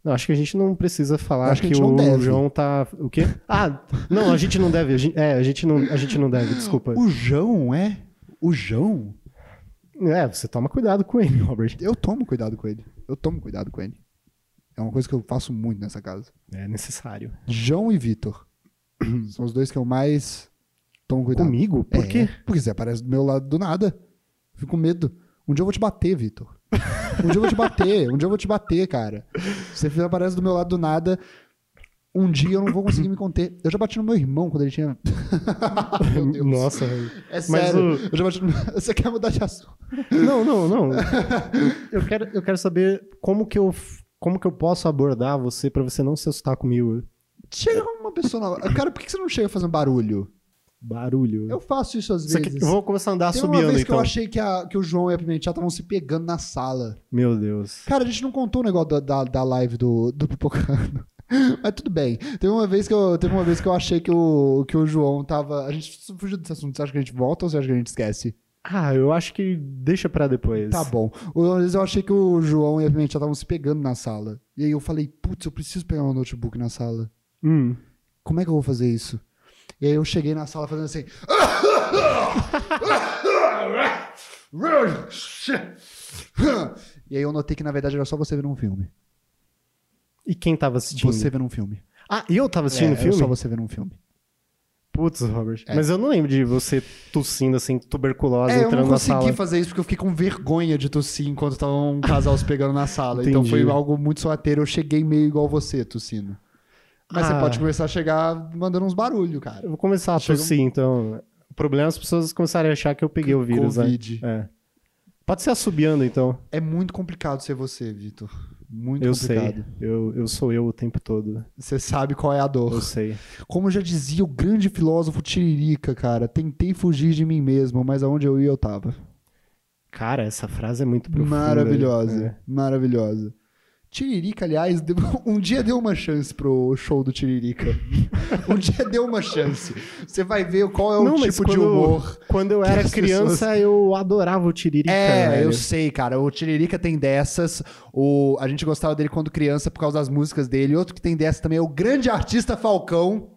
Speaker 2: Não, acho que a gente não precisa falar
Speaker 1: Acho que
Speaker 2: que,
Speaker 1: a gente não
Speaker 2: o
Speaker 1: deve.
Speaker 2: João tá. O quê? Ah, não, a gente não deve. a gente- é, a gente não, a gente não deve, desculpa.
Speaker 1: O João é? O João?
Speaker 2: É, você toma cuidado com ele, Robert.
Speaker 1: Eu tomo cuidado com ele. Eu tomo cuidado com ele. É uma coisa que eu faço muito nessa casa.
Speaker 2: É necessário.
Speaker 1: João e Vitor. [CLEARS THROAT] São os dois que eu mais tomo cuidado.
Speaker 2: Comigo? Por
Speaker 1: É,
Speaker 2: quê?
Speaker 1: Porque você aparece do meu lado do nada. Fico com medo. Um dia eu vou te bater, Vitor. Um dia eu vou te bater. Um dia eu vou te bater, cara. Você aparece do meu lado do nada. Um dia eu não vou conseguir me conter. Eu já bati no meu irmão quando ele tinha. Ah, meu Deus.
Speaker 2: Nossa.
Speaker 1: É
Speaker 2: Mas
Speaker 1: sério.
Speaker 2: o-
Speaker 1: Eu já bati no... [LAUGHS] Você quer mudar de assunto?
Speaker 2: Não, não, não. Eu quero, eu quero saber como que eu, como que eu posso abordar você pra você não se assustar comigo.
Speaker 1: Chega uma pessoa na. Cara, por que você não chega fazendo barulho?
Speaker 2: Barulho.
Speaker 1: Eu faço isso às
Speaker 2: Isso aqui-
Speaker 1: vezes.
Speaker 2: eu vou começar a andar
Speaker 1: Tem uma
Speaker 2: subiando,
Speaker 1: vez que
Speaker 2: então.
Speaker 1: eu achei que, a- que o João e a Pimentel estavam se pegando na sala.
Speaker 2: Meu Deus.
Speaker 1: Cara, a gente não contou o negócio da, da, da live do, do Pipocano. [LAUGHS] Mas tudo bem. Teve uma vez que eu, teve uma vez que eu achei que o, que o João tava. A gente fugiu desse assunto. Você acha que a gente volta ou você acha que a gente esquece?
Speaker 2: Ah, eu acho que deixa pra depois.
Speaker 1: Tá bom. Uma vez eu achei que o João e a Pimentel estavam se pegando na sala. E aí eu falei, putz, eu preciso pegar meu notebook na sala.
Speaker 2: Hum.
Speaker 1: Como é que eu vou fazer isso? E aí eu cheguei na sala fazendo assim. E aí eu notei que na verdade era só você vendo um filme.
Speaker 2: E quem tava assistindo?
Speaker 1: Você vendo um filme.
Speaker 2: Ah, eu tava assistindo
Speaker 1: É,
Speaker 2: o
Speaker 1: era
Speaker 2: filme?
Speaker 1: só você vendo um filme.
Speaker 2: Putz, Robert. Mas eu não lembro de você tossindo assim, tuberculose,
Speaker 1: É, eu
Speaker 2: entrando
Speaker 1: não
Speaker 2: na
Speaker 1: consegui
Speaker 2: sala.
Speaker 1: fazer isso porque eu fiquei com vergonha de tossir enquanto tava um casal se pegando na sala. então
Speaker 2: Entendi.
Speaker 1: foi algo muito sorrateiro. Eu cheguei meio igual você tossindo. Mas você
Speaker 2: Ah.
Speaker 1: pode começar a chegar mandando uns barulhos, cara.
Speaker 2: Eu vou começar a
Speaker 1: Chega um-
Speaker 2: tossir, então. O problema é as pessoas começarem a achar que eu peguei o vírus, né?
Speaker 1: Covid.
Speaker 2: É. Pode ser assobiando, então.
Speaker 1: É muito complicado ser você, Vitor. Muito
Speaker 2: eu
Speaker 1: complicado.
Speaker 2: sei. Eu, eu sou eu o tempo todo.
Speaker 1: Você sabe qual é a
Speaker 2: Eu
Speaker 1: dor.
Speaker 2: sei.
Speaker 1: Como já dizia o grande filósofo Tiririca, cara, tentei fugir de mim mesmo, mas aonde eu ia eu tava.
Speaker 2: Cara, essa frase é muito profunda.
Speaker 1: maravilhosa,
Speaker 2: É.
Speaker 1: maravilhosa. Tiririca, aliás, deu- [LAUGHS] um dia deu uma chance pro show do
Speaker 2: [LAUGHS]
Speaker 1: Tiririca. um dia deu uma chance. Você vai ver qual é o
Speaker 2: Não, mas
Speaker 1: tipo de
Speaker 2: quando-
Speaker 1: humor.
Speaker 2: Quando eu
Speaker 1: Que
Speaker 2: era
Speaker 1: as
Speaker 2: criança, eu adorava o Tiririca. né,
Speaker 1: É,
Speaker 2: velho.
Speaker 1: eu sei, cara. O Tiririca tem dessas. O... A gente gostava dele quando criança por causa das músicas dele. Outro que tem dessa também é o grande artista Falcão.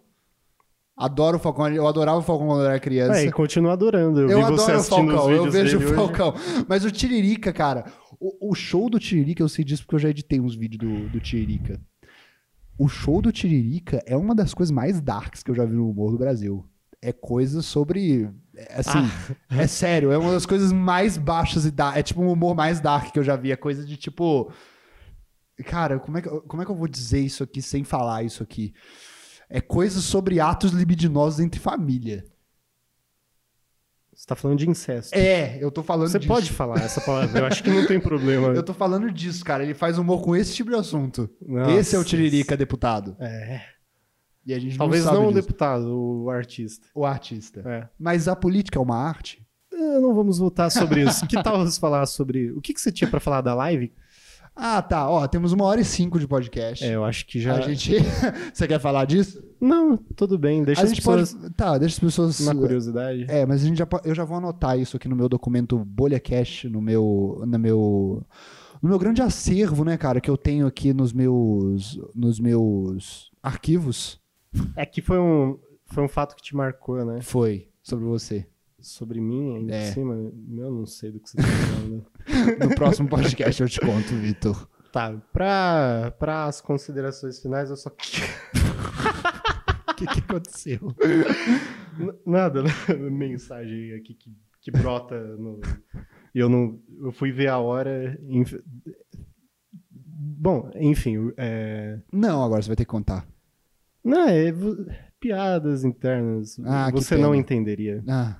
Speaker 1: Adoro o Falcão. Eu adorava o Falcão quando eu era criança.
Speaker 2: É, e continua adorando. Eu,
Speaker 1: Eu
Speaker 2: vi você
Speaker 1: adoro o
Speaker 2: assistindo os
Speaker 1: Falcão,
Speaker 2: vídeos
Speaker 1: eu vejo o
Speaker 2: dele hoje.
Speaker 1: Falcão. Mas o Tiririca, cara, o, o show do Tiririca, eu sei disso porque eu já editei uns vídeos do, do Tiririca. O show do Tiririca é uma das coisas mais darks que eu já vi no humor do Brasil. É coisa sobre. é, Assim,
Speaker 2: Ah.
Speaker 1: é sério, é uma das coisas mais baixas e dark. É tipo um humor mais dark que eu já vi. É coisa de tipo. Cara, como é, que, eu- como é que eu vou dizer isso aqui sem falar isso aqui? É coisa sobre atos libidinosos entre família.
Speaker 2: Você tá falando de incesto.
Speaker 1: É, eu tô falando
Speaker 2: Você
Speaker 1: disso.
Speaker 2: pode falar essa palavra. Eu acho que não tem problema.
Speaker 1: [LAUGHS] Eu tô falando disso, cara. Ele faz humor com esse tipo de assunto.
Speaker 2: Nossa.
Speaker 1: Esse é o Tiririca deputado.
Speaker 2: É.
Speaker 1: E a gente
Speaker 2: Talvez
Speaker 1: não sabe
Speaker 2: não o
Speaker 1: disso.
Speaker 2: deputado, o artista.
Speaker 1: o artista.
Speaker 2: É.
Speaker 1: Mas a política é uma arte?
Speaker 2: Ah, Não vamos voltar sobre isso. que tal vamos falar sobre. O que, que você tinha pra falar da
Speaker 1: [LAUGHS]
Speaker 2: live?
Speaker 1: Ah, tá. Ó, temos uma hora e cinco de podcast.
Speaker 2: É, eu acho que já.
Speaker 1: A gente... [LAUGHS] Você quer falar disso?
Speaker 2: Não, tudo bem. Deixa
Speaker 1: a
Speaker 2: as
Speaker 1: gente
Speaker 2: pessoas
Speaker 1: pode... Tá, deixa as pessoas...
Speaker 2: na curiosidade.
Speaker 1: É, mas a gente já po- eu já vou anotar isso aqui no meu documento BolhaCast, no meu, no meu, no meu grande acervo, né, cara, que eu tenho aqui nos meus, nos meus arquivos.
Speaker 2: É, que foi um, foi um fato que te marcou, né?
Speaker 1: Foi sobre você.
Speaker 2: Sobre mim, ainda
Speaker 1: É.
Speaker 2: por cima. Eu não sei do que você tá falando.
Speaker 1: No próximo podcast eu te conto, Vitor.
Speaker 2: [LAUGHS] Tá, pra, pra as considerações finais, eu só. [LAUGHS]
Speaker 1: O que, que aconteceu?
Speaker 2: N- Nada, né? [LAUGHS] mensagem aqui que, que brota no. e Eu não. Eu fui ver a hora. inf- Bom, enfim. É...
Speaker 1: Não, agora você vai ter que contar.
Speaker 2: Não, é. vo- Piadas internas.
Speaker 1: Ah, que
Speaker 2: você não
Speaker 1: pena.
Speaker 2: entenderia.
Speaker 1: Ah,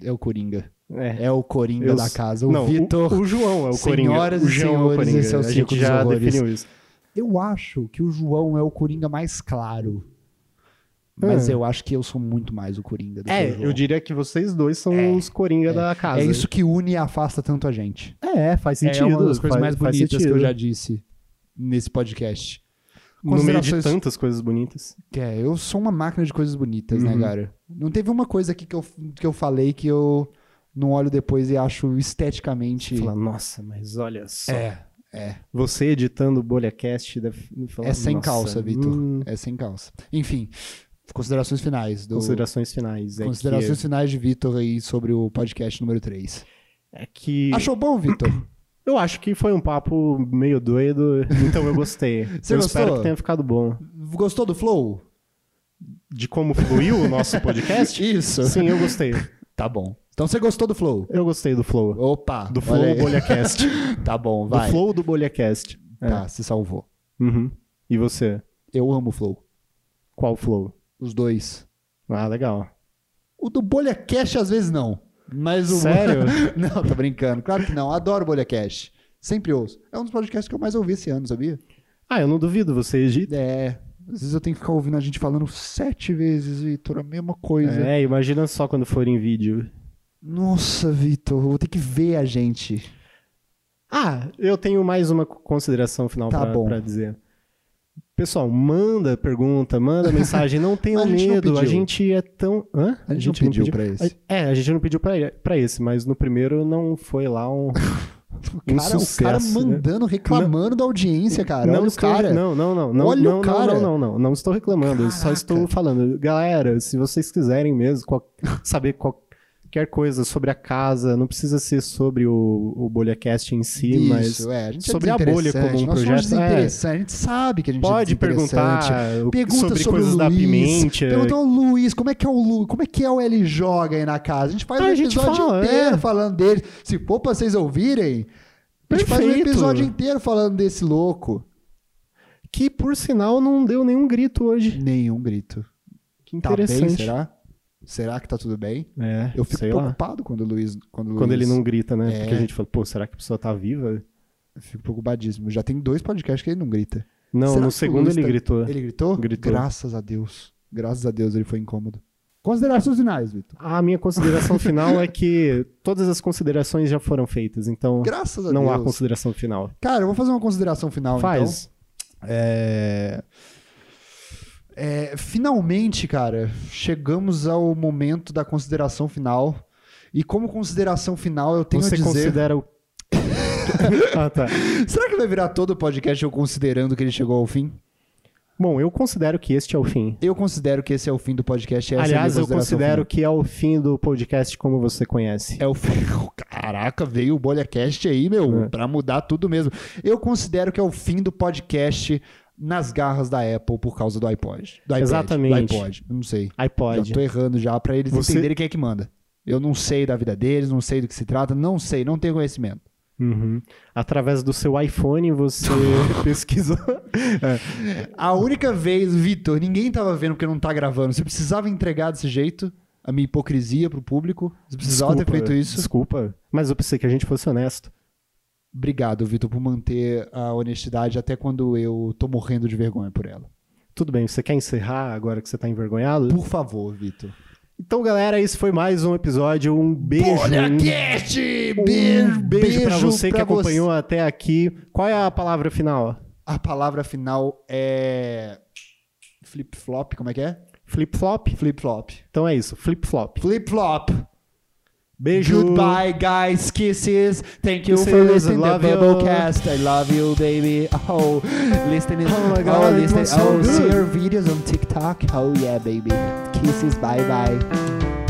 Speaker 1: é o Coringa.
Speaker 2: É.
Speaker 1: É o Coringa
Speaker 2: Eu
Speaker 1: da
Speaker 2: s-
Speaker 1: casa. O
Speaker 2: não,
Speaker 1: Vitor.
Speaker 2: O, o João é o Coringa.
Speaker 1: Senhoras
Speaker 2: o
Speaker 1: e
Speaker 2: João é o
Speaker 1: senhores,
Speaker 2: Coringa.
Speaker 1: esse é o
Speaker 2: a
Speaker 1: Circo
Speaker 2: gente
Speaker 1: dos
Speaker 2: já
Speaker 1: Horrores.
Speaker 2: definiu isso.
Speaker 1: Eu acho que o João é o Coringa mais claro. Mas
Speaker 2: Ah.
Speaker 1: eu acho que eu sou muito mais o Coringa do
Speaker 2: É,
Speaker 1: que o João.
Speaker 2: eu diria que vocês dois são
Speaker 1: É,
Speaker 2: os Coringa
Speaker 1: é.
Speaker 2: da casa.
Speaker 1: É isso que une e afasta tanto a gente.
Speaker 2: É, faz sentido.
Speaker 1: é uma das coisas
Speaker 2: faz-
Speaker 1: mais
Speaker 2: faz
Speaker 1: bonitas que eu
Speaker 2: sentido.
Speaker 1: já disse nesse podcast.
Speaker 2: No meio de
Speaker 1: Considerações-
Speaker 2: tantas coisas bonitas.
Speaker 1: Que É, eu sou uma máquina de coisas bonitas, né,
Speaker 2: Uhum.
Speaker 1: cara? Não teve uma coisa aqui que eu, que eu falei que eu não olho depois e acho esteticamente.
Speaker 2: Falar, nossa, mas olha só.
Speaker 1: É,
Speaker 2: Você editando o BolhaCast deve falar,
Speaker 1: É sem
Speaker 2: "Nossa,
Speaker 1: calça, Vitor.
Speaker 2: hum,
Speaker 1: É sem calça. Enfim, considerações finais. Do,
Speaker 2: Considerações finais. É
Speaker 1: considerações finais de Vitor aí sobre o podcast número 3.
Speaker 2: que, é que
Speaker 1: Achou bom, Vitor?
Speaker 2: eu acho que foi um papo meio doido, então eu gostei.
Speaker 1: [LAUGHS] Você
Speaker 2: eu
Speaker 1: gostou?
Speaker 2: espero que tenha ficado bom.
Speaker 1: Gostou do flow?
Speaker 2: De como fluiu o nosso
Speaker 1: [LAUGHS]
Speaker 2: podcast?
Speaker 1: Isso.
Speaker 2: Sim, eu gostei.
Speaker 1: Tá bom. Então você gostou do flow?
Speaker 2: Eu gostei do flow.
Speaker 1: Opa.
Speaker 2: Do
Speaker 1: olha
Speaker 2: flow
Speaker 1: aí. [LAUGHS]
Speaker 2: do BolhaCast.
Speaker 1: Tá bom,
Speaker 2: do
Speaker 1: vai.
Speaker 2: flow do BolhaCast. É.
Speaker 1: Tá, se salvou.
Speaker 2: Uhum. E você?
Speaker 1: Eu amo o flow.
Speaker 2: Qual flow?
Speaker 1: Os dois.
Speaker 2: Ah, legal.
Speaker 1: O do Bolha Cash às vezes não. Mas o.
Speaker 2: Sério?
Speaker 1: [LAUGHS] não, tô brincando. Claro que não. Adoro Bolha Cash. Sempre ouço. É um dos podcasts que eu mais ouvi esse ano, sabia?
Speaker 2: Ah, eu não duvido, você edita.
Speaker 1: É. Às vezes eu tenho que ficar ouvindo a gente falando sete vezes, Vitor, a mesma coisa.
Speaker 2: É, imagina só quando for em vídeo.
Speaker 1: Nossa, Vitor, eu vou ter que ver a gente.
Speaker 2: Ah, eu tenho mais uma consideração final
Speaker 1: Tá
Speaker 2: pra,
Speaker 1: bom.
Speaker 2: pra dizer. Pessoal, manda pergunta, manda
Speaker 1: [LAUGHS]
Speaker 2: mensagem, não tenham
Speaker 1: Mas a gente não
Speaker 2: medo, a
Speaker 1: pediu.
Speaker 2: gente é tão... Hã?
Speaker 1: A gente, não pediu pra esse.
Speaker 2: É, a gente não pediu pra, pra esse, mas no primeiro não foi lá um, um
Speaker 1: Cara, o cara
Speaker 2: sucesso, né?
Speaker 1: mandando, reclamando da audiência, cara.
Speaker 2: não,
Speaker 1: Olha o
Speaker 2: estou,
Speaker 1: cara.
Speaker 2: não, não, não, não,
Speaker 1: Olha o
Speaker 2: não, não,
Speaker 1: cara.
Speaker 2: não, não, não, não estou reclamando, eu só
Speaker 1: Caraca.
Speaker 2: estou falando. Galera, se vocês quiserem mesmo qual- [LAUGHS] saber qual- qualquer coisa sobre a casa, não precisa ser sobre o, o BolhaCast em si,
Speaker 1: Isso,
Speaker 2: mas
Speaker 1: é, a gente é
Speaker 2: sobre a bolha como um
Speaker 1: desinteressante, nós
Speaker 2: projeto.
Speaker 1: Somos
Speaker 2: É,
Speaker 1: desinteressante, A gente sabe que a gente
Speaker 2: pode
Speaker 1: é
Speaker 2: perguntar
Speaker 1: desinteressante.
Speaker 2: o-
Speaker 1: Pergunta
Speaker 2: sobre,
Speaker 1: sobre o
Speaker 2: coisas da
Speaker 1: Luiz,
Speaker 2: Pimente.
Speaker 1: Perguntou ao Luiz, como é que é o Lu, como é que é o L joga aí na casa? A gente faz
Speaker 2: Ah,
Speaker 1: um
Speaker 2: a gente
Speaker 1: episódio
Speaker 2: fala,
Speaker 1: inteiro
Speaker 2: é.
Speaker 1: falando dele. Se for pra vocês ouvirem, a gente faz um
Speaker 2: Perfeito.
Speaker 1: episódio inteiro falando desse louco.
Speaker 2: Que, por sinal, não deu nenhum grito hoje.
Speaker 1: Nenhum grito.
Speaker 2: Que
Speaker 1: Tá bem,
Speaker 2: interessante.
Speaker 1: será? Será que tá tudo bem?
Speaker 2: É,
Speaker 1: Eu fico
Speaker 2: sei lá.
Speaker 1: preocupado quando o Luiz. Quando, o
Speaker 2: Quando ele
Speaker 1: Luiz-
Speaker 2: não grita, né?
Speaker 1: É.
Speaker 2: Porque a gente fala, pô, será que a pessoa tá viva?
Speaker 1: Eu Fico preocupadíssimo. Já tem dois podcasts que ele não grita.
Speaker 2: Não,
Speaker 1: Será que o
Speaker 2: no segundo
Speaker 1: Luiz
Speaker 2: ele
Speaker 1: tá-
Speaker 2: gritou.
Speaker 1: Ele gritou?
Speaker 2: Gritou.
Speaker 1: Graças a Deus. Graças a Deus ele foi incômodo. Considerações finais, Vitor.
Speaker 2: A
Speaker 1: [LAUGHS]
Speaker 2: minha consideração final é que todas as considerações já foram feitas, então
Speaker 1: Graças a
Speaker 2: não
Speaker 1: Deus.
Speaker 2: há consideração final.
Speaker 1: Cara, eu vou fazer uma consideração final. então.
Speaker 2: Faz.
Speaker 1: É... É, finalmente, cara, chegamos ao momento da consideração final. E como consideração final, eu tenho
Speaker 2: Você
Speaker 1: a dizer.
Speaker 2: considera o. ah, tá.
Speaker 1: [LAUGHS] Será que vai virar todo o podcast eu considerando que ele chegou ao fim?
Speaker 2: Bom, eu considero que este é o fim.
Speaker 1: Eu considero que esse é o fim do podcast. Essa
Speaker 2: Aliás,
Speaker 1: é a minha
Speaker 2: eu
Speaker 1: consideração
Speaker 2: considero que é o fim do podcast como você conhece.
Speaker 1: É o fim. [LAUGHS] Caraca, veio o BolhaCast aí, meu,
Speaker 2: É.
Speaker 1: pra mudar tudo mesmo. Eu considero que é o fim do podcast nas garras da Apple por causa do iPod. Do iPad,
Speaker 2: Exatamente.
Speaker 1: Do iPod. Eu não sei.
Speaker 2: iPod.
Speaker 1: Já tô errando já pra eles
Speaker 2: Você-
Speaker 1: entenderem quem é que manda. Eu não sei da vida deles, não sei do que se trata, não sei, não tenho conhecimento.
Speaker 2: Uhum. Através do seu
Speaker 1: [LAUGHS]
Speaker 2: iPhone você pesquisou. É,
Speaker 1: A única vez, Vitor, ninguém tava vendo porque não tá gravando. Você precisava entregar desse jeito a minha hipocrisia pro público. Você precisava ter feito isso.
Speaker 2: Desculpa. Mas eu pensei que a gente fosse honesto.
Speaker 1: Obrigado, Vitor, por manter a honestidade até quando eu tô morrendo de vergonha por ela.
Speaker 2: Tudo bem, você quer encerrar agora que você tá envergonhado?
Speaker 1: Por favor, Vitor.
Speaker 2: Então, galera, esse foi mais um episódio. Um beijo.
Speaker 1: Podcast!
Speaker 2: Um
Speaker 1: Beijo,
Speaker 2: beijo pra você
Speaker 1: pra
Speaker 2: que acompanhou até aqui. Qual é a palavra final?
Speaker 1: A palavra final é. Flip-flop, como é que é?
Speaker 2: Flip-flop?
Speaker 1: Flip-flop.
Speaker 2: Então é isso, flip-flop.
Speaker 1: Flip-flop.
Speaker 2: Beijo.
Speaker 1: Goodbye, guys. Kisses. Thank you for
Speaker 2: Kisses.
Speaker 1: listening to
Speaker 2: Love
Speaker 1: the
Speaker 2: you.
Speaker 1: Bubblecast. I love you, baby. Oh, listening.
Speaker 2: Oh my God, it
Speaker 1: listening.
Speaker 2: was so
Speaker 1: oh, see
Speaker 2: good.
Speaker 1: your videos on TikTok. Oh, yeah, baby. Kisses. Bye bye.